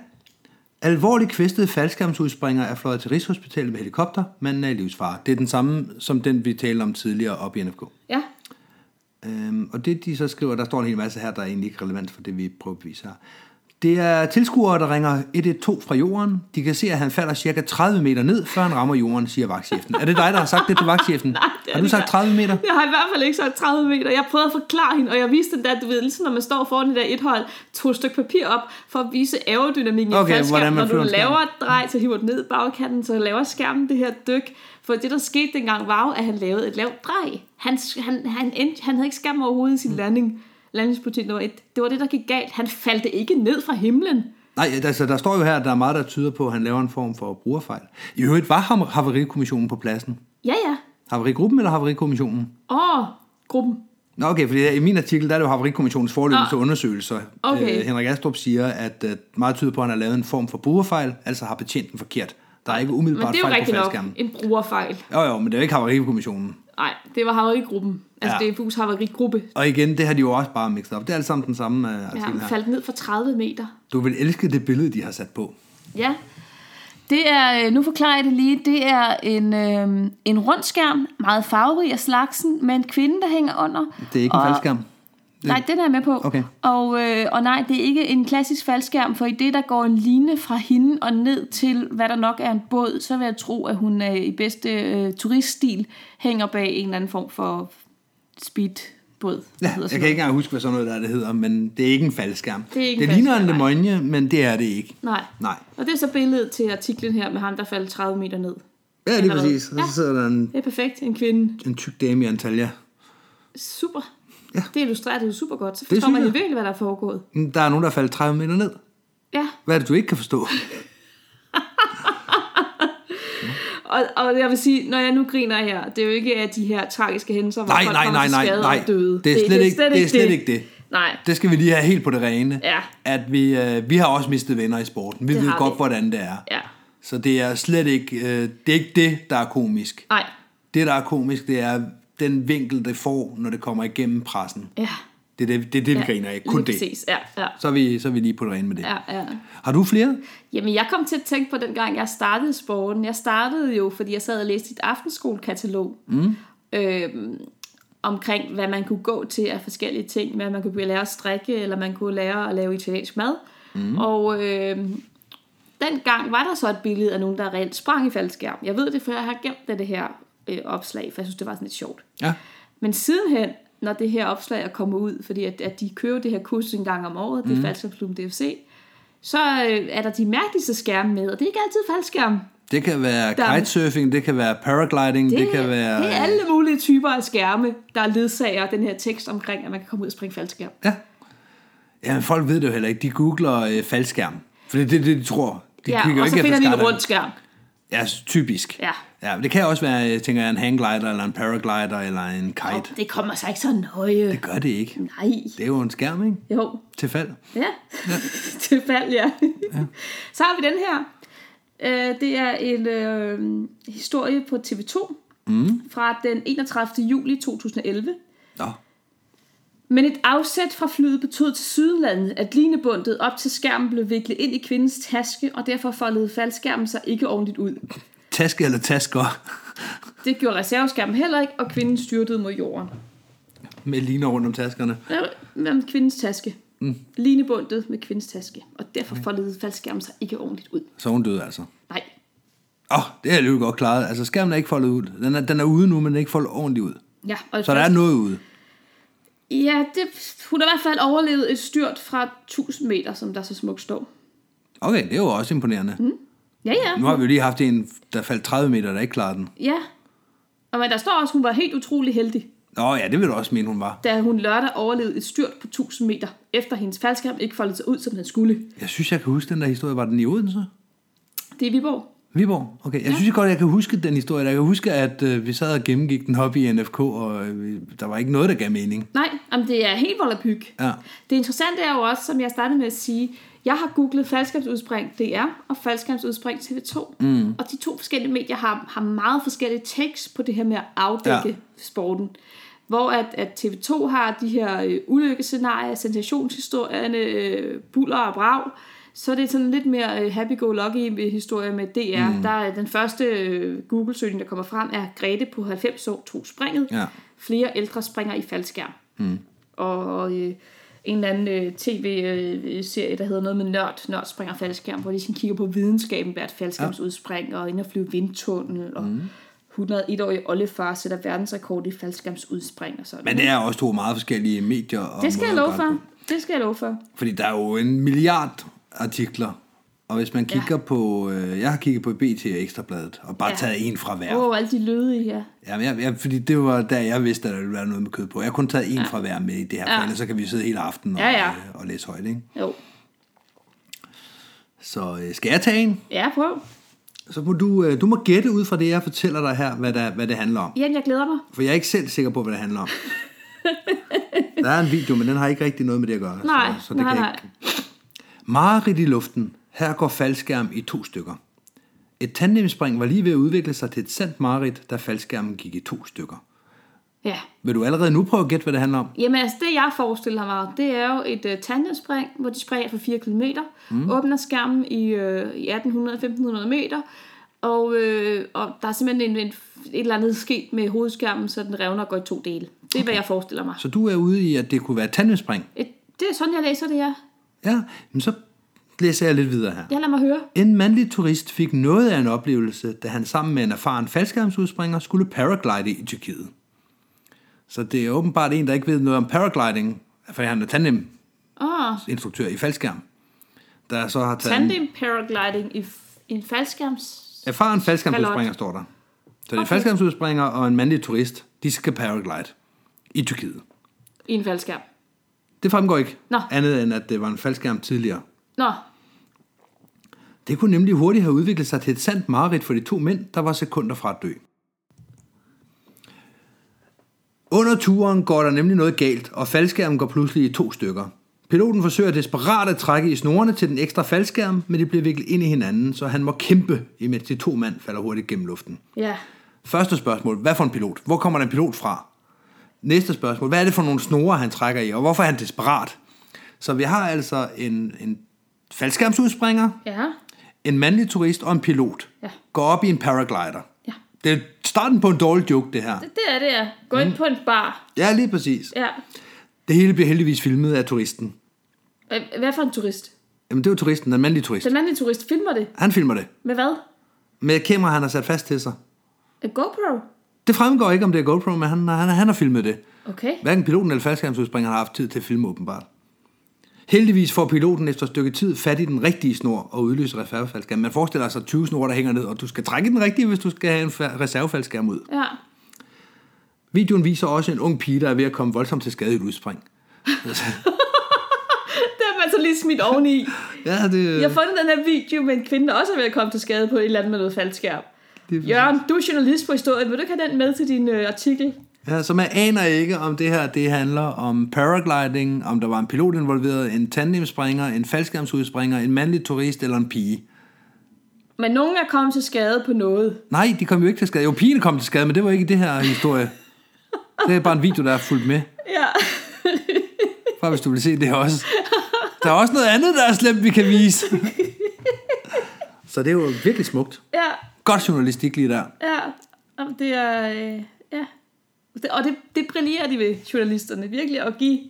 C: Alvorligt kvæstede faldskærmsudspringer er fløjet til Rigshospitalet med helikopter. Manden er i livsfare. Det er den samme som den, vi talte om tidligere op i NFK.
B: Ja,
C: Øhm, og det, de så skriver, der står en hel masse her, der er egentlig ikke relevant for det, vi prøver at bevise her. Det er tilskuere, der ringer 112 fra jorden. De kan se, at han falder cirka 30 meter ned, før han rammer jorden, siger vagtchefen. Er det dig, der har sagt det til vagtchefen?
B: *laughs*
C: Nej,
B: det er
C: har du
B: det
C: sagt
B: ikke.
C: 30 meter?
B: Jeg har i hvert fald ikke sagt 30 meter. Jeg prøvede at forklare hende, og jeg viste den der, du ved, ligesom når man står foran det der et hold, tog et stykke papir op for at vise aerodynamikken
C: Okay,
B: i faldskærmen.
C: hvordan man
B: Når
C: flyver
B: du
C: en skærm.
B: laver et drej, så hiver den ned i bagkanten, så laver skærmen det her dyk. For det, der skete dengang, var jo, at han lavede et lavt drej. Han, han, han, endte, han havde ikke skærm overhovedet i
C: Mm.
B: sin landing. Landingspolitik nummer et. Det var det, der gik galt. Han faldt ikke ned fra himlen.
C: Nej, altså, der står jo her, at der er meget, der tyder på, at han laver en form for brugerfejl. I øvrigt var ham- havarikommissionen på pladsen.
B: Ja, ja.
C: Havarigruppen eller havarikommissionen?
B: Åh, gruppen.
C: Nå okay, for i min artikel, der er det jo Havarikommissionens forløbende
B: Nå.
C: undersøgelser.
B: Ah. Okay.
C: Øh, Henrik Astrup siger, at øh, meget tyder på, at han har lavet en form for brugerfejl, altså har betjent den forkert. Der er ikke
B: Men
C: umiddelbart
B: det er jo
C: fejl på
B: rigtigt nok
C: faldskærmen.
B: en brugerfejl.
C: Jo jo, men det er jo ikke Havarikommissionen.
B: Nej, det var havarigruppen. Altså,
C: Ja.
B: ja. det er Fus havarigruppe,
C: Og igen, det har de jo også bare mixet op. Det er alt sammen den samme øh,
B: Ja,
C: artikel
B: han
C: her.
B: faldt ned fra 30 meter.
C: Du vil elske det billede, de har sat på.
B: Ja. Det er, øh, nu forklarer jeg det lige, det er en, øh, en rund skærm, meget farverig af slagsen, med en kvinde, der hænger under.
C: Det er ikke en
B: og,
C: faldskærm.
B: Nej, den er jeg med på.
C: Okay.
B: Og, øh, og nej, det er ikke en klassisk faldskærm, for i det, der går en line fra hende og ned til, hvad der nok er en båd, så vil jeg tro, at hun øh, i bedste øh, turiststil hænger bag en eller anden form for speedbåd.
C: Ja,
B: Hvad hedder
C: jeg
B: sådan
C: kan ikke engang huske, hvad sådan noget der er, det hedder, men det er ikke en faldskærm.
B: Det er ikke en
C: det ligner en
B: faldskærm, nej.
C: lemonje, men det er det ikke.
B: Nej.
C: Nej.
B: Og det er så billedet til artiklen her med ham, der faldt 30 meter ned.
C: Ja, lige
B: Eller hvad?
C: præcis. Og så sidder der en,
B: Det er perfekt, en kvinde.
C: en tyk dame i Antalya.
B: Super.
C: Ja.
B: Det illustrerer det jo super godt. Så
C: Det
B: forstår man
C: synes
B: jo
C: jeg.
B: virkelig, hvad der er foregået.
C: Der er nogen, der er faldet 30 meter ned.
B: Ja,
C: Hvad er det, du ikke kan forstå?
B: og, og jeg vil sige, når jeg nu griner her, det er jo ikke af de her tragiske hændelser, hvor
C: Nej,
B: folk
C: nej,
B: kommer
C: nej,
B: til
C: nej,
B: skade
C: nej.
B: og døde.
C: Det er slet ikke- det er slet ikke det.
B: Nej,
C: Det skal vi lige have helt på det rene.
B: Ja.
C: At vi, øh, vi har også mistet venner i sporten. Vi
B: Det
C: ved
B: har
C: godt,
B: vi.
C: hvordan det er.
B: ja,
C: Så det er slet ikke, øh, det er ikke det, der er komisk.
B: nej,
C: Det, der er komisk, det er den vinkel, det får, når det kommer igennem pressen.
B: ja.
C: Det er det, det, er det vi
B: ja.
C: griner af. Kun
B: Lige
C: det.
B: Præcis. Ja, ja,
C: Så er, vi, så er vi lige på det rene med det.
B: ja, ja.
C: Har du flere?
B: Jamen, jeg kom til at tænke på den gang, jeg startede i sporten. Jeg startede jo, fordi jeg sad og læste et aftenskokatalog. Mm. Øhm, omkring, hvad man kunne gå til af forskellige ting. Hvad man kunne lære at strikke, eller man kunne lære at lave italiensk mad. Mm. Og øhm, dengang var der så et billede af nogen, der reelt sprang i faldskærm. Jeg ved det, for jeg har gemt det, det her øh, opslag, for jeg synes, det var sådan lidt sjovt.
C: Ja.
B: Men sidenhen, når det her opslag er kommet ud, fordi at, at de kører det her kursus en gang om året,
C: Mm.
B: det er Falskabsklubben DFC, så øh, er der de mærkeligste skærme med, og det er ikke altid faldskærme.
C: Det kan være
B: Der-
C: kitesurfing, det kan være paragliding, det, det kan være...
B: det er alle mulige typer af skærme, der ledsager den her tekst omkring, at man kan komme ud og springe faldskærm.
C: Ja. Jamen, folk ved det jo heller ikke. De googler øh, faldskærm. For det er det, det, de tror. De
B: ja,
C: kigger jo
B: og så
C: ikke efter
B: finder de en
C: skærmen.
B: rund skærm.
C: Ja, typisk.
B: Ja.
C: ja men det kan også være, jeg tænker, en hangglider, eller en paraglider, eller en
B: Og
C: kite.
B: det kommer sig ikke så nøje.
C: Det gør det ikke.
B: Nej.
C: Det er jo en skærm, ikke?
B: Jo. *laughs*
C: Til fald.
B: Ja. Tilfald, ja. ja. *laughs* så Så har vi den her. Øh, det er en øh, historie på TV2 mm. fra den 31. juli 2011.
C: Nå.
B: Men et afsæt fra flyet betød til Sydlandet, at linebundet op til skærmen blev viklet ind i kvindens taske, og derfor foldede faldskærmen sig ikke ordentligt ud.
C: Taske eller tasker *laughs*
B: Det gjorde reserveskærmen heller ikke, og kvinden styrtede mod jorden.
C: med liner rundt om taskerne.
B: Øh, Med kvindens taske. Mm. Linebundet med kvindens taske. Og derfor foldede faldskærmen sig ikke ordentligt ud.
C: Så er hun døde altså.
B: Nej,
C: Åh, oh, det er alligevel godt klaret. Altså, skærmen er ikke foldet ud. Den er, den er ude nu, men den er ikke foldet ordentligt ud.
B: Ja, og
C: Så der er noget ude.
B: Ja, det, hun har i hvert fald overlevet et styrt fra 1000 meter, som der så smukt står.
C: Okay, det er jo også imponerende. Mm.
B: Ja, ja.
C: Nu har vi jo lige haft en, der faldt 30 meter, der ikke klarede den.
B: Ja. Og men der står også, at hun var helt utrolig heldig,
C: Nå ja, det vil du også mene, hun var.
B: da hun lørdag overlevede et styrt på 1000 meter, efter hendes faldskærm ikke foldede sig ud, som den skulle.
C: Jeg synes, jeg kan huske den der historie. Var den i Odense?
B: Det er Viborg.
C: Viborg? Okay, jeg ja. synes godt, jeg kan huske den historie. Jeg kan huske, at øh, vi sad og gennemgik den hobby i NFK, og øh, der var ikke noget, der gav mening.
B: Nej, jamen det er helt volapyk.
C: Ja.
B: Det interessante er jo også, som jeg startede med at sige, jeg har googlet faldskærmsudspring DR og faldskærmsudspring TV2. Mm. Og de to forskellige medier har, har meget forskellige takes på det her med at afdække
C: Ja.
B: ja. sporten. Hvor at, at TV2 har de her øh, ulykkescenarier, sensationshistorierne, øh, buller og brag. Så er det sådan lidt mere øh, happy-go-lucky historie med DR. Mm. Der er den første øh, Google-søgning, der kommer frem, er Grete på 90 år tog springet.
C: Ja.
B: Flere ældre springer i faldskærm. Mm. Og øh, en eller anden øh, tv-serie, der hedder noget med nørd, nørd springer faldskærm, hvor de sådan kigger på videnskaben, hvert faldskærmsudspring, og ind og flyve vindtunnel, og mm. 101-årige oldefar sætter verdensrekord i faldskærmsudspring og sådan.
C: Men det er også to meget forskellige medier. Og
B: det skal jeg
C: måder at
B: love
C: gøre det
B: for. Det skal jeg love for.
C: på. Fordi der er jo en milliard artikler, og hvis man kigger på... Øh, jeg har kigget på BT og Ekstrabladet, og bare ja.
B: Ja.
C: taget en fra hver.
B: Åh, oh, alle de lyde, ja.
C: Jamen, jeg, jeg, fordi det var der, jeg vidste, at der ville være noget med kød på. Jeg har kun taget en ja. fra hver med i det her, for
B: Ja.
C: ellers så kan vi sidde hele aftenen og,
B: Ja, ja.
C: øh, og læse højt. Ikke?
B: Jo.
C: Så øh, skal jeg tage en?
B: Ja, prøv.
C: Så må du, øh, du må gætte ud fra det, jeg fortæller dig her, hvad, der, hvad det handler om.
B: Jan, jeg glæder mig.
C: For jeg er ikke selv sikker på, hvad det handler om. der er en video, men den har ikke rigtig noget med det at gøre.
B: Nej,
C: så, så det
B: nej,
C: kan jeg
B: nej.
C: ikke. Mareridt i luften. Her går faldskærm i to stykker. Et tandemspring var lige ved at udvikle sig til et sandt mareridt, da faldskærmen gik i to stykker.
B: Ja.
C: Vil du allerede nu prøve at gætte, hvad det handler om?
B: Jamen altså, det jeg forestiller mig, det er jo et uh, tandemspring, hvor de springer for 4 km, mm. åbner skærmen i, uh, i 1800-1500 meter, og, uh, og der er simpelthen en, en, et eller andet sket med hovedskærmen, så den revner og går i to dele. Det er, okay. hvad jeg forestiller mig.
C: Så du er ude i, at det kunne være et tandemspring?
B: Et, det er sådan, jeg læser det her.
C: Ja, men så læser jeg lidt videre her.
B: Jeg lader mig høre.
C: En mandlig turist fik noget af en oplevelse, da han sammen med en erfaren faldskærmsudspringer skulle paraglide i Tyrkiet. Så det er åbenbart en, der ikke ved noget om paragliding, for han er tandeminstruktør
B: Åh, oh,
C: i faldskærm, der så har taget en
B: tandem paragliding i, f- i en faldskærms...
C: erfaren faldskærmsudspringer, står der. Så det er en
B: Okay.
C: faldskærmsudspringer og en mandlig turist, de skal paraglide i Tyrkiet.
B: I en faldskærm.
C: Det fremgår ikke
B: Nå.
C: andet end, at det var en faldskærm tidligere.
B: Nå,
C: Det kunne nemlig hurtigt have udviklet sig til et sandt mareridt for de to mænd, der var sekunder fra at dø. Under turen går der nemlig noget galt, og faldskærmen går pludselig i to stykker. Piloten forsøger desperat at trække i snorene til den ekstra faldskærm, men de bliver viklet ind i hinanden, så han må kæmpe, imens de to mænd falder hurtigt gennem luften.
B: ja.
C: Første spørgsmål, hvad for en pilot? Hvor kommer den pilot fra? Næste spørgsmål, hvad er det for nogle snore, han trækker i, og hvorfor er han desperat? Så vi har altså en, en faldskærmsudspringer,
B: Ja,
C: en mandlig turist og en pilot
B: Ja.
C: går op i en paraglider.
B: ja.
C: Det er starten på en dårlig joke, det her.
B: Det er det, ja. Gå mm. ind på en bar.
C: Ja, lige præcis.
B: Ja.
C: Det hele bliver heldigvis filmet af turisten.
B: Øh, Hvad for en turist?
C: Jamen, det er jo turisten, den mandlige turist.
B: Den mandlige turist filmer det.
C: Han filmer det.
B: Med hvad?
C: Med et kamera, han har sat fast til sig.
B: En GoPro?
C: Det fremgår ikke, om det er GoPro, men han, han, han har filmet det.
B: Okay.
C: Hverken piloten eller faldskærmsudspringeren har haft tid til at filme åbenbart. Heldigvis får piloten efter et stykke tid fat i den rigtige snor og udløser reservefaldskærmen. Man forestiller sig 20 snore, der hænger ned, og du skal trække i den rigtige, hvis du skal have en fa- reservefaldskærm ud.
B: Ja.
C: Videoen viser også en ung pige, der er ved at komme voldsomt til skade i et *laughs* udspring.
B: Det har man så lige smidt oveni.
C: Ja, det...
B: Jeg har fundet den her video med en kvinde, der også er ved at komme til skade på et eller andet med noget faldskærm.
C: Det er præcis.
B: Jørgen, du er journalist på historien. Vil du ikke have den med til din øh, artikel?
C: Ja, så man aner ikke, om det her det handler om paragliding, om der var en pilot involveret, en tandemspringer, en faldskærmsudspringer, en mandlig turist eller en pige.
B: Men nogen er kommet til skade på noget.
C: Nej, de kom jo ikke til skade. Jo, pigerne kom til skade, men det var ikke i det her historie. Det er bare en video, der er fulgt med.
B: Ja.
C: Bare hvis du vil se det også. Der er også noget andet, der er slemt, vi kan vise. Så det er jo virkelig smukt.
B: *laughs* ja,
C: Godt journalistik lige der.
B: ja. Jamen, det er... Øh, ja. Det, og det, det brillerer de ved, journalisterne. Virkelig at give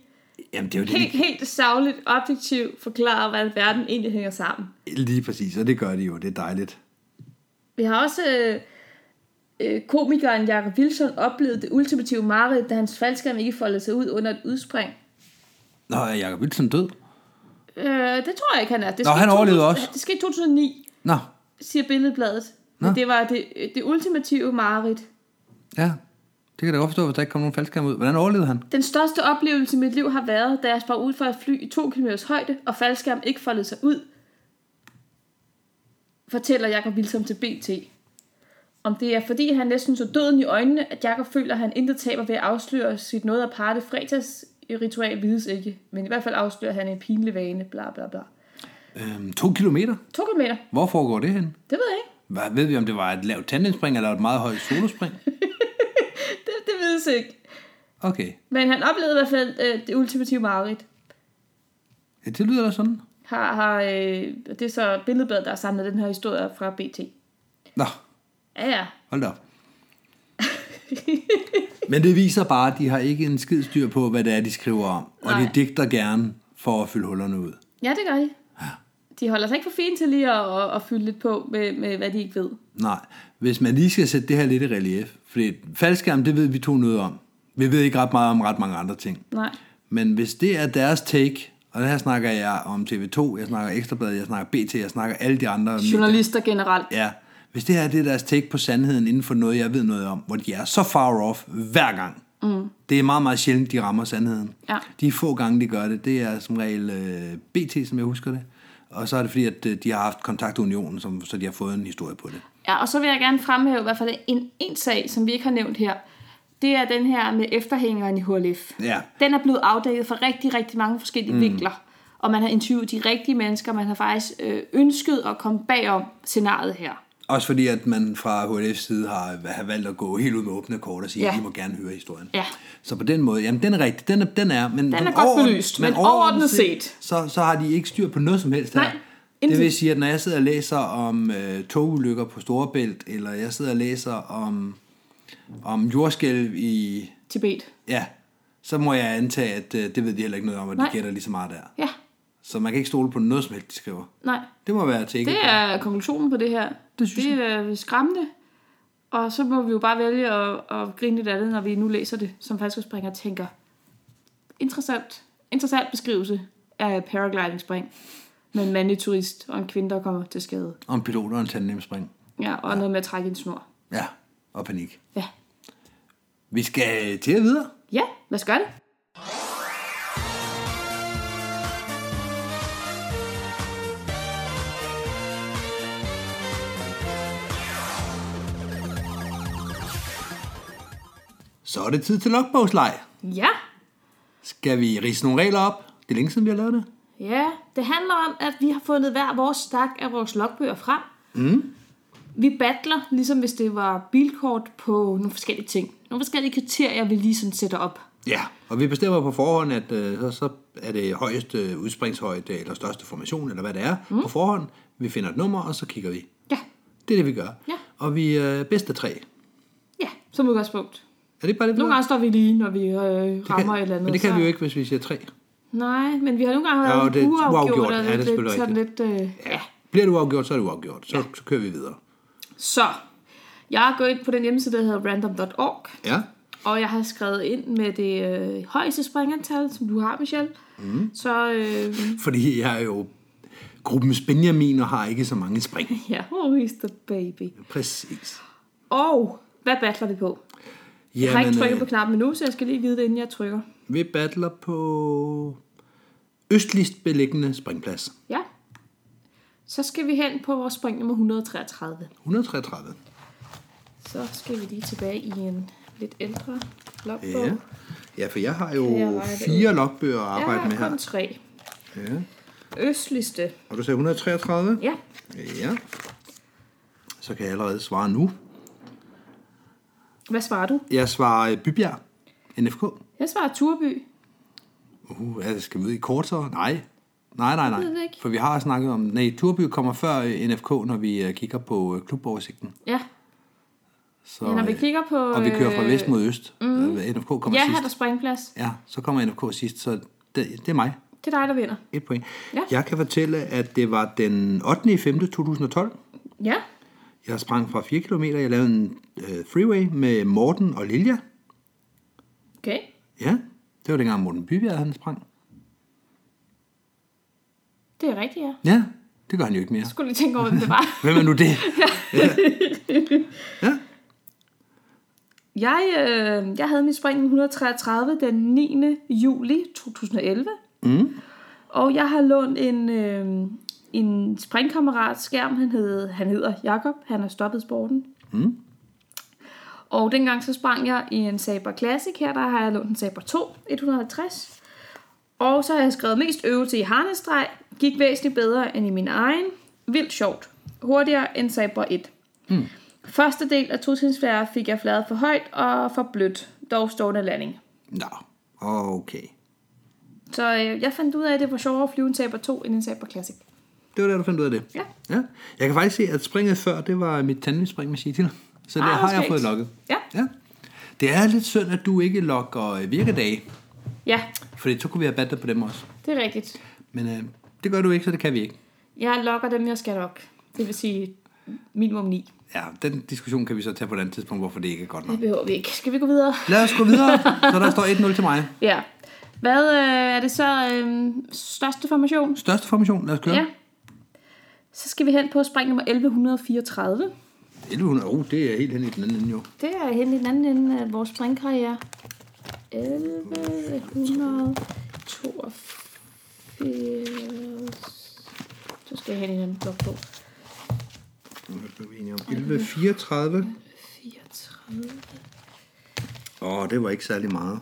C: Jamen, det er jo det,
B: helt, helt savligt, objektivt forklare, hvordan verden egentlig hænger sammen.
C: de- lige præcis. Og det gør de jo. Det er dejligt.
B: Vi har også øh, øh, komikeren Jacob Wilson oplevet det ultimative mareridt, da hans faldskærm ikke foldede sig ud under et udspring.
C: Nå, er Jacob Wilson død?
B: Øh, det tror jeg ikke, han er. Det
C: Nå,
B: skete
C: han
B: i 2000
C: overlevede også.
B: Det skete i 2009,
C: Nå,
B: siger Billedbladet.
C: Nå.
B: Men det var det, øh, det ultimative mareridt.
C: ja. Det kan jeg da godt forstå, hvis der ikke kom nogen faldskærm ud. Hvordan overlevede han?
B: Den største oplevelse i mit liv har været, da jeg sprang ud fra et fly i 2 km højde, og faldskærm ikke foldede sig ud, fortæller Jakob Wilsom til BT. Om det er fordi, han næsten så døden i øjnene, at Jakob føler, at han intet taber ved at afsløre sit noget aparte fredagsritual, vides ikke. Men i hvert fald afslører han en pinlig vane, bla bla bla.
C: Øhm, to kilometer?
B: To kilometer,
C: Hvor foregår det hen?
B: det ved jeg ikke.
C: Hvad, ved vi, om det var et lavt tandemspring eller et meget højt solospring?
B: Det, det vides ikke.
C: Okay.
B: Men han oplevede i hvert fald øh, det ultimative mareridt.
C: Ja, det lyder da sådan.
B: Har, har, øh, og det er så billedbladet, der har samlet den her historie op fra BT.
C: Nå,
B: Ja, ja.
C: hold da op. Men det viser bare, at de har ikke en skid styr på, hvad det er, de skriver om. Og
B: Nej.
C: de digter gerne for at fylde hullerne ud.
B: *laughs* Ja, det gør de. De holder sig ikke for fint til lige at, at, at fylde lidt på med, med, hvad de ikke ved.
C: Nej, hvis man lige skal sætte det her lidt i relief. Fordi faldskærm, det ved vi to noget om. Vi ved ikke ret meget om ret mange andre ting.
B: Nej.
C: Men hvis det er deres take, og her snakker jeg om TV2, jeg snakker Ekstrabladet, jeg snakker BT, jeg snakker alle de andre. medier.
B: Journalister generelt.
C: Ja, hvis det her det er deres take på sandheden inden for noget, jeg ved noget om, hvor de er så far off hver gang. Mm. Det er meget, meget sjældent, de rammer sandheden.
B: Ja.
C: De få gange, de gør det, det er som regel øh, BT, som jeg husker det. Og så er det fordi, at øh, de har haft kontakt til unionen, som, så de har fået en historie på det.
B: Ja, og så vil jeg gerne fremhæve i hvert fald en, en sag, som vi ikke har nævnt her. Det er den her med efterhængeren i HLF.
C: Ja.
B: Den er blevet afdækket fra rigtig, rigtig mange forskellige mm. vinkler. Og man har interviewet de rigtige mennesker. Man har faktisk øh, ønsket at komme bagom scenariet her.
C: Også fordi, at man fra HLF's side har, har valgt at gå helt ud med åbne kort og sige,
B: Ja.
C: at I må gerne høre historien.
B: Ja.
C: Så på den måde, jamen den er rigtig, den er, den er, men, den
B: er godt belyst, men overordnet set.
C: Så, så har de ikke styr på noget som helst
B: Nej,
C: her. Det
B: intet.
C: vil sige, at når jeg sidder og læser om øh, togulykker på Storebælt, eller jeg sidder og læser om, om jordskælv i...
B: Tibet.
C: Ja, så må jeg antage, at øh, det ved de heller ikke noget om, og de
B: Nej.
C: gætter lige så meget der.
B: Ja,
C: Så man kan ikke stole på noget som helst, de skriver.
B: nej.
C: Det må være til
B: Det er konklusionen på det her.
C: Det synes
B: det er øh, skræmmende. Og så må vi jo bare vælge at, at grine lidt af det, når vi nu læser det, som faldskabsspringer og tænker. Interessant. Interessant beskrivelse af paragliding-spring. Med en mandlig turist og en kvinde, der kommer til skade.
C: Om piloter og en tandemspring.
B: Ja, og noget med at trække en snor.
C: Ja, og panik.
B: Ja.
C: Vi skal til at videre.
B: Ja, lad os gøre det.
C: Så er det tid til logbogsleg.
B: Ja.
C: Skal vi rise nogle regler op? Det er længe siden, vi har lavet det.
B: Ja, det handler om, at vi har fundet hver vores stak af vores logbøger frem. Mm. Vi battler, ligesom hvis det var bilkort, på nogle forskellige ting. Nogle forskellige kriterier, vi lige sådan sætter op.
C: Ja, og vi bestemmer på forhånd, at øh, så, så er det højeste udspringshøjde, eller største formation, eller hvad det er, mm. på forhånd. Vi finder et nummer, og så kigger vi.
B: Ja,
C: Det er det, vi gør.
B: Ja.
C: Og vi er øh, bedst af tre.
B: ja som udgangspunkt.
C: Er det bare det, vi
B: Nogle
C: gør?
B: gange står vi lige, når vi øh,
C: Det kan-
B: rammer et eller andet.
C: Men det kan
B: så-
C: vi jo ikke, hvis vi siger tre.
B: Nej, men vi har nogle gange
C: Ja,
B: været
C: og det er uafgjort.
B: og
C: Ja, det er
B: lidt,
C: selvfølgelig
B: sådan lidt... Øh, ja.
C: Bliver det uafgjort, så er det uafgjort. Så, ja. så kører vi videre.
B: Så, jeg har gået ind på den hjemmeside, der hedder random.org,
C: Ja,
B: og jeg har skrevet ind med det øh, højeste springantal, som du har, Michelle. Mm. Så øh,
C: fordi jeg er jo gruppens Benjamin og har ikke så mange spring.
B: Ja, who is the baby?
C: Præcis.
B: Og hvad battler vi på? Jeg har ikke
C: øh,
B: trykket på knappen endnu, så jeg skal lige vide det, inden jeg trykker.
C: Vi battler på østligst beliggende springplads.
B: Ja. Så skal vi hen på vores spring nummer 133.
C: 133.
B: Så skal vi lige tilbage i en lidt ældre logbog.
C: Ja. ja, for jeg har jo
B: Kan jeg regne det
C: fire logbøger at
B: jeg
C: arbejde
B: har
C: med
B: kun
C: her.
B: tre.
C: Ja.
B: Østligste.
C: Og du sagde 133?
B: Ja.
C: Ja. så kan jeg allerede svare nu.
B: Hvad svarer du?
C: Jeg svarer øh, Bybjerg, NFK.
B: Jeg svarer Turby.
C: Uh, altså, skal vi ud i kort så? Nej. Nej, nej,
B: ved det
C: nej.
B: ikke.
C: For vi har snakket om, nej, Turby kommer før øh, NFK, når vi øh, kigger på øh, kluboversigten.
B: Ja,
C: Så,
B: Ja, når vi
C: øh,
B: kigger på,
C: Og vi kører fra
B: øh,
C: vest mod øst. Mm, NFK kommer
B: ja her er der
C: sidst.
B: springplads.
C: Ja, så kommer NFK sidst, så det, det er mig.
B: Det er dig, der vinder.
C: Et point.
B: Ja.
C: Jeg kan fortælle, at det var den 8. 5. 2012.
B: Ja,
C: Jeg sprang fra 4 km. Jeg lavede en øh, freeway med Morten og Lilja.
B: okay.
C: Ja, det var dengang Morten Bybjerg, han sprang.
B: Det er rigtigt, ja.
C: Ja, det gør han jo ikke mere.
B: Jeg skulle lige tænke over, hvem det var.
C: Hvem er nu
B: *laughs*
C: det? ja. ja.
B: Jeg, øh, jeg havde min spring i 133 den 9. juli 2011. Mm. Og jeg har lånt en, øh, en springkammerat skærm. Han, hed, han hedder Jakob. Han har stoppet sporten. Mm. Og dengang så sprang jeg i en Saber Classic her. Der har jeg lånt en Saber 2 150. Og så har jeg skrevet mest øvelse i harnestreg. Gik væsentligt bedre end i min egen. Vildt sjovt. Hurtigere end Saber 1. Første del af totrinsfærre fik jeg fladet for højt og for blødt, dog stående landing.
C: Nå, okay.
B: Så øh, jeg fandt ud af, at det var sjovere at flyve en Saber 2 end en Saber Classic.
C: Det var der, du fandt ud af det.
B: Ja.
C: ja. Jeg kan faktisk se, at springet før, det var mit tandemspring med Shitil. Så det
B: Ah,
C: har jeg
B: skægt.
C: fået lukket.
B: Ja.
C: ja. Det er lidt synd, at du ikke lokker øh, virkedage,
B: Ja,
C: for så kunne vi have battet på dem også.
B: det er rigtigt.
C: Men øh, det gør du ikke, så det kan vi ikke.
B: Jeg lokker dem, jeg skal nok. Det vil sige minimum 9.
C: Ja, den diskussion kan vi så tage på et andet tidspunkt, hvorfor det ikke er godt nok.
B: Det behøver vi ikke. Skal vi gå videre?
C: Lad os gå videre, så der står 1-0 til mig.
B: Ja. Hvad øh, er det så øh, største formation?
C: Største formation, lad os køre.
B: Ja. Så skal vi hen på spring nummer 1134.
C: 1100, oh, det er helt hen i den anden ende jo.
B: Det er hen i den anden ende af vores springkarriere. 1182. Så skal jeg hen i den anden blok på.
C: Nu er vi enige om 1134.
B: 34.
C: Åh, oh, det var ikke særlig meget.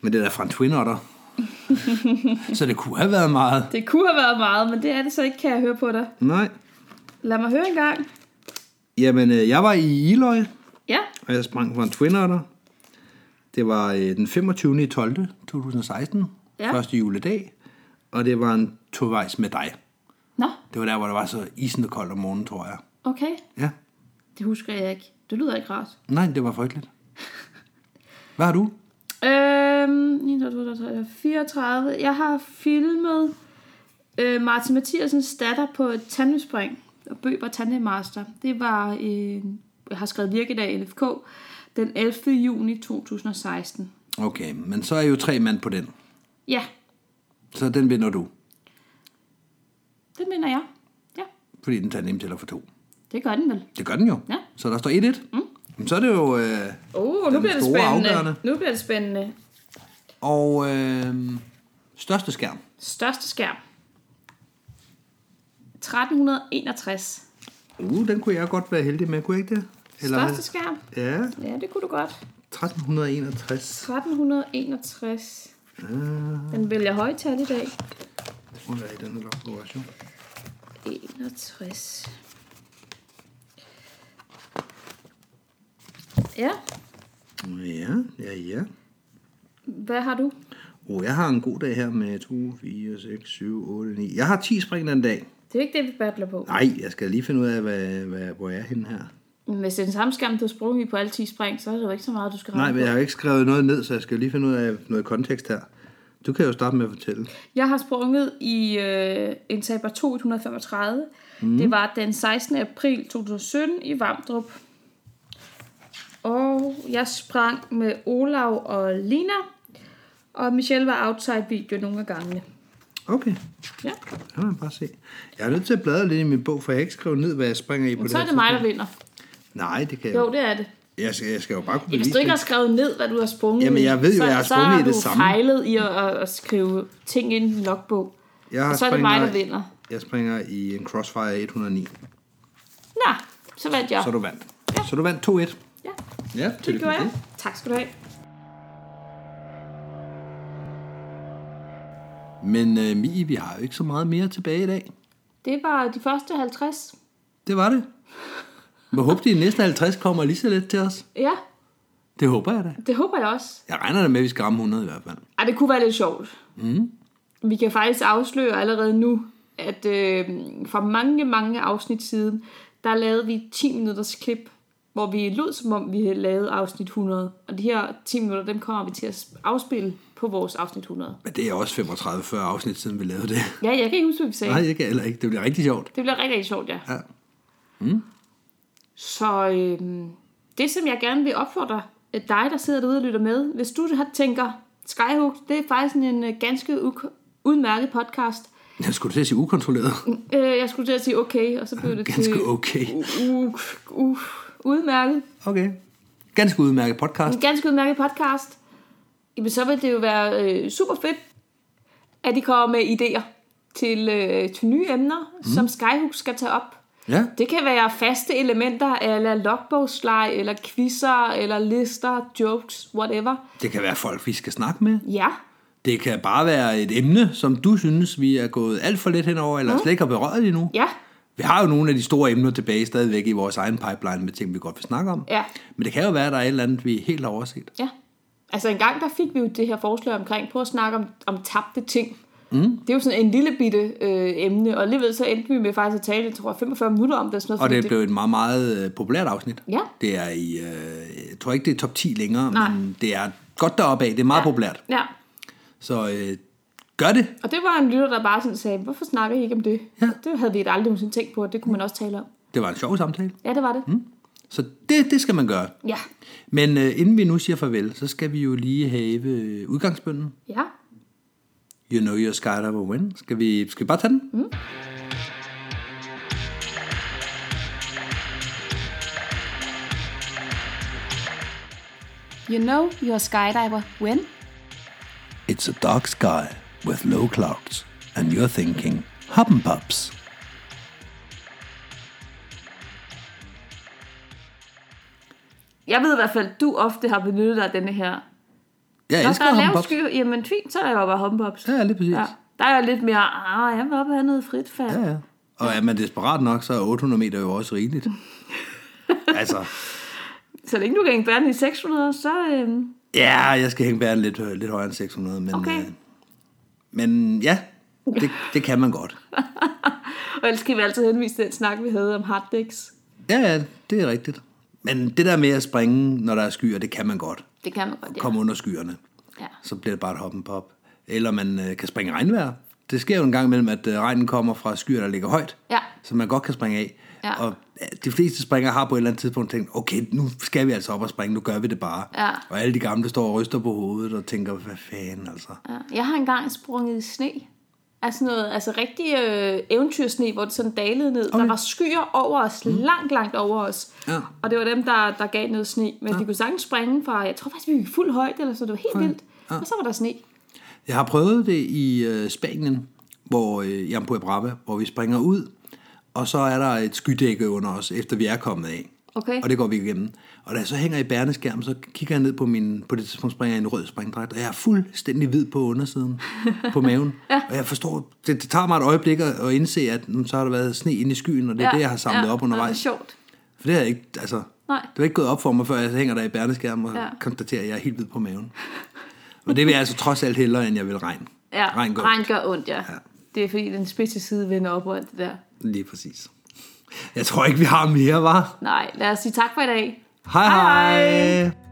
C: Men det er da fra en Twin *laughs* Otter. så det kunne have været meget.
B: Det kunne have været meget, men det er det så ikke, kan jeg høre på dig.
C: Nej.
B: Lad mig høre en gang.
C: Jamen, øh, jeg var i Iløj,
B: Ja,
C: og jeg sprang fra en Twin Otter. Det var øh, den 25. i 12. 2016.
B: Ja.
C: Første juledag. Og det var en tovejs med dig.
B: nå,
C: Det var der, hvor det var så isende koldt om morgenen, tror jeg.
B: okay.
C: Ja.
B: Det husker jeg ikke. Det lyder ikke rart.
C: Nej, det var
B: *laughs*
C: frygteligt. Hvad har du?
B: Øhm, 1, 2, 3, 4, 34. Jeg har filmet øh, Martin Mathiasens datter på et tandemspring, og Bø var tandemmaster. Det var, øh, jeg har skrevet virkedag i LFK, den 11. juni 2016.
C: Okay, men så er jeg jo tre mand på den.
B: Ja,
C: Så den vinder du.
B: det mener jeg. Ja,
C: Fordi den tager nemt tæller for to.
B: det gør den vel.
C: Det gør den jo.
B: Ja.
C: Så der står 1-1. Mm. Jamen, så er det jo... Øh,
B: Oh, nu
C: Den
B: bliver det
C: store
B: spændende.
C: afgørende.
B: Nu bliver det spændende.
C: og øh, største skærm.
B: Største skærm. 1361.
C: Uh, den kunne jeg godt være heldig med, kunne jeg ikke det?
B: Største skærm?
C: Ja,
B: Ja, det kunne du godt.
C: 1361.
B: 1361. Den vælger højtal i dag.
C: Det må være i den her lov, også, jo.
B: 61. Ja,
C: Ja, ja, ja.
B: hvad har du?
C: Oh, jeg har en god dag her med 2, 4, 6, 7, 8, 9. Jeg har 10 spring den dag.
B: Det er ikke det, vi battler på.
C: Nej, jeg skal lige finde ud af, hvad, hvad, hvor jeg er henne her.
B: Men Hvis det er den samme skærm, du har sprunget i på alle 10 spring, så er det jo ikke så meget, du skal
C: Nej,
B: regne
C: men
B: på.
C: jeg har ikke skrevet noget ned, så jeg skal lige finde ud af noget kontekst her. Du kan jo starte med at fortælle.
B: Jeg har sprunget i øh, en Saber 2 135. Mm. Det var den 16. april 2017 i Vamdrup. Og jeg sprang med Olav og Lina. Og Michelle var outside video nogle af gangene.
C: Okay.
B: Ja,
C: Ja, man bare se. Jeg er nødt til at bladre lidt i min bog, for jeg har ikke skrevet ned, hvad jeg springer i på
B: men
C: det
B: så
C: her
B: er det mig, der
C: tidspunkt.
B: vinder.
C: Nej, det kan jeg
B: Jo,
C: jo.
B: det er det.
C: Jeg skal, jeg skal jo bare kunne
B: Ja, Hvis
C: bevise
B: du ikke
C: det.
B: har skrevet ned, hvad du har sprunget
C: Jamen, jeg ved jo,
B: så,
C: jeg har sprunget i det
B: Så har
C: samme.
B: du fejlet i at, at, at skrive ting ind i en logbog.
C: Jeg
B: Og så er det mig, der vinder.
C: Jeg springer i en Crossfire 109.
B: Nå, så vandt jeg.
C: Så du vandt. Ja. Så du vandt 2-1.
B: Ja,
C: Ja,
B: det
C: tillykke
B: gjorde
C: med
B: jeg. Tak skal du have.
C: Men øh, Mie, vi har jo ikke så meget mere tilbage i dag.
B: Det var de første 50.
C: Det var det. Må håbe, de næste 50 kommer lige så let til os.
B: Ja,
C: Det håber jeg da.
B: det håber jeg også.
C: Jeg regner da med, at vi skal ramme 100 i hvert fald.
B: Ej, det kunne være lidt sjovt. Mm. Vi kan faktisk afsløre allerede nu, at øh, for mange, mange afsnit siden, der lavede vi 10 minutters klip, hvor vi lød som om, vi havde lavet afsnit 100. Og de her 10 minutter, dem kommer vi til at afspille på vores afsnit 100.
C: Men det er også 35-40 afsnit siden, vi lavede det.
B: Ja, jeg kan ikke huske, hvad vi sagde.
C: Nej, jeg kan heller ikke. Det bliver rigtig sjovt.
B: Det bliver rigtig, rigtig sjovt, ja.
C: Ja.
B: Så øhm, det, som jeg gerne vil opfordre øh, dig, der sidder derude og lytter med, hvis du har tænker, Skyhook, det er faktisk en øh, ganske u- udmærket podcast.
C: Jeg skulle til at sige ukontrolleret.
B: Øh, jeg skulle til at sige okay, og så blev det
C: Ganske
B: til
C: okay.
B: u- u- udmærket.
C: Okay. Ganske udmærket podcast.
B: En ganske udmærket podcast. Jamen, så vil det jo være øh, super fedt, at I kommer med idéer til, øh, til nye emner, mm. som Skyhook skal tage op.
C: Ja.
B: Det kan være faste elementer, eller logbogsleje, eller quizzer, eller lister, jokes, whatever.
C: Det kan være folk, vi skal snakke med.
B: Ja,
C: Det kan bare være et emne, som du synes, vi er gået alt for let henover, eller slet ikke har berørt endnu.
B: ja,
C: Vi har jo nogle af de store emner tilbage stadigvæk i vores egen pipeline med ting, vi godt vil snakke om.
B: Ja.
C: Men det kan jo være, at der er et eller andet, vi helt har overset.
B: ja. Altså en gang der fik vi jo det her forslag omkring, på at snakke om, om tabte ting. Mm. Det er jo sådan en lille bitte øh, emne, og alligevel så endte vi med faktisk at tale, jeg tror 45 minutter om det. Sådan noget,
C: Og
B: fordi
C: det blev et meget, meget øh, populært afsnit.
B: Ja.
C: Det er i, øh, jeg tror ikke, det er top 10 længere,
B: Nej.
C: men det er godt deroppe af. Det er meget ja. populært.
B: Ja,
C: Så øh, gør det.
B: og det var en lytter, der bare sådan sagde, hvorfor snakker I ikke om det?
C: Ja.
B: Det havde vi da aldrig nogensinde tænkt på, og det kunne man også tale om.
C: Det var en sjov samtale.
B: Ja, det var det. Mm.
C: Så det, det skal man gøre.
B: Ja,
C: Men øh, inden vi nu siger farvel, så skal vi jo lige have øh, udgangsbønden.
B: ja.
C: You know your skydiver win. Skal vi, skal vi bare tage den? Mm.
B: You know you're a skydiver when?
C: It's a dark sky with low clouds, and you're thinking, hoppin' pops.
B: Jeg ved i hvert fald, at du ofte har benyttet dig af denne her.
C: Jeg
B: Når
C: elsker
B: der er
C: hoppin'
B: lav
C: pops.
B: sky, jamen fint, så er jeg jo bare humpops.
C: Ja, lige præcis.
B: Ja. Der er jo lidt mere, ah, jeg vil op og have noget frit fald.
C: Ja, ja. Og er man desperat nok, så er 800 meter jo
B: *laughs*
C: også rigeligt. altså,
B: Så længe du kan hænge bærende i 600, så... Øhm,
C: ja, jeg skal hænge bæren lidt, øh, lidt højere end 600, men,
B: Okay.
C: øh, men ja, det, det kan man godt.
B: og ellers kan vi altid henvise til den snak, vi havde om harddæks.
C: Ja, ja, det er rigtigt. Men det der med at springe, når der er skyer, det kan man godt.
B: Det kan man godt, ja.
C: Kom under skyerne.
B: ja.
C: så bliver det bare et hop and pop. Eller man øh, kan springe i regnvejr. Det sker jo en gang imellem, at øh, regnen kommer fra skyer, der ligger højt,
B: Ja.
C: så man godt kan springe af.
B: Ja.
C: Og øh, de fleste springere har på et eller andet tidspunkt tænkt, okay, nu skal vi altså op og springe, nu gør vi det bare.
B: Ja.
C: Og alle de gamle står og ryster på hovedet og tænker, hvad fanden altså.
B: ja. Jeg har engang sprunget i sne. Altså noget, altså rigtig øh, eventyrsne, hvor det sådan dalede ned. Okay. Der var skyer over os, mm. langt, langt over os.
C: Ja.
B: Og det var dem, der, der gav noget sne. Men ja. de kunne sagtens springe fra, jeg tror faktisk, vi var i fuld højde, eller så det var helt vildt. Ja. Og så var der sne.
C: Jeg har prøvet det i øh, Spanien, hvor øh, i Ampua Brava, hvor vi springer ud, og så er der et skydække under os, efter vi er kommet af.
B: Okay.
C: Og det går vi igennem. Og da jeg så hænger i bærneskærm, så kigger jeg ned på min, på det tidspunkt springer jeg i en rød springdragt, og jeg er fuldstændig hvid på undersiden,
B: *laughs*
C: på maven. ja. Og jeg forstår, det, det tager mig et øjeblik at, at indse, at mm, så har der været sne inde i skyen, og det er ja. det, jeg har samlet ja. op
B: Ja, det
C: undervejs.
B: er sjovt.
C: For det har jeg ikke, altså,
B: Nej.
C: det var ikke gået op for mig, før jeg hænger der i bærneskærm og
B: Ja.
C: ja. konstaterer, at jeg er helt hvid på
B: *laughs*
C: maven. Og det vil jeg altså trods alt hellere, end jeg vil regn.
B: Ja,
C: regn går.
B: regn gør ondt, ja. ja.
C: Ja.
B: Det er fordi, den spidse side vender op og alt det der.
C: Lige præcis. Jeg tror ikke, vi har mere, var.
B: Nej, lad os sige tak for i dag.
C: Hej hej!
B: Hej,
C: hej.
B: hej.
C: hej.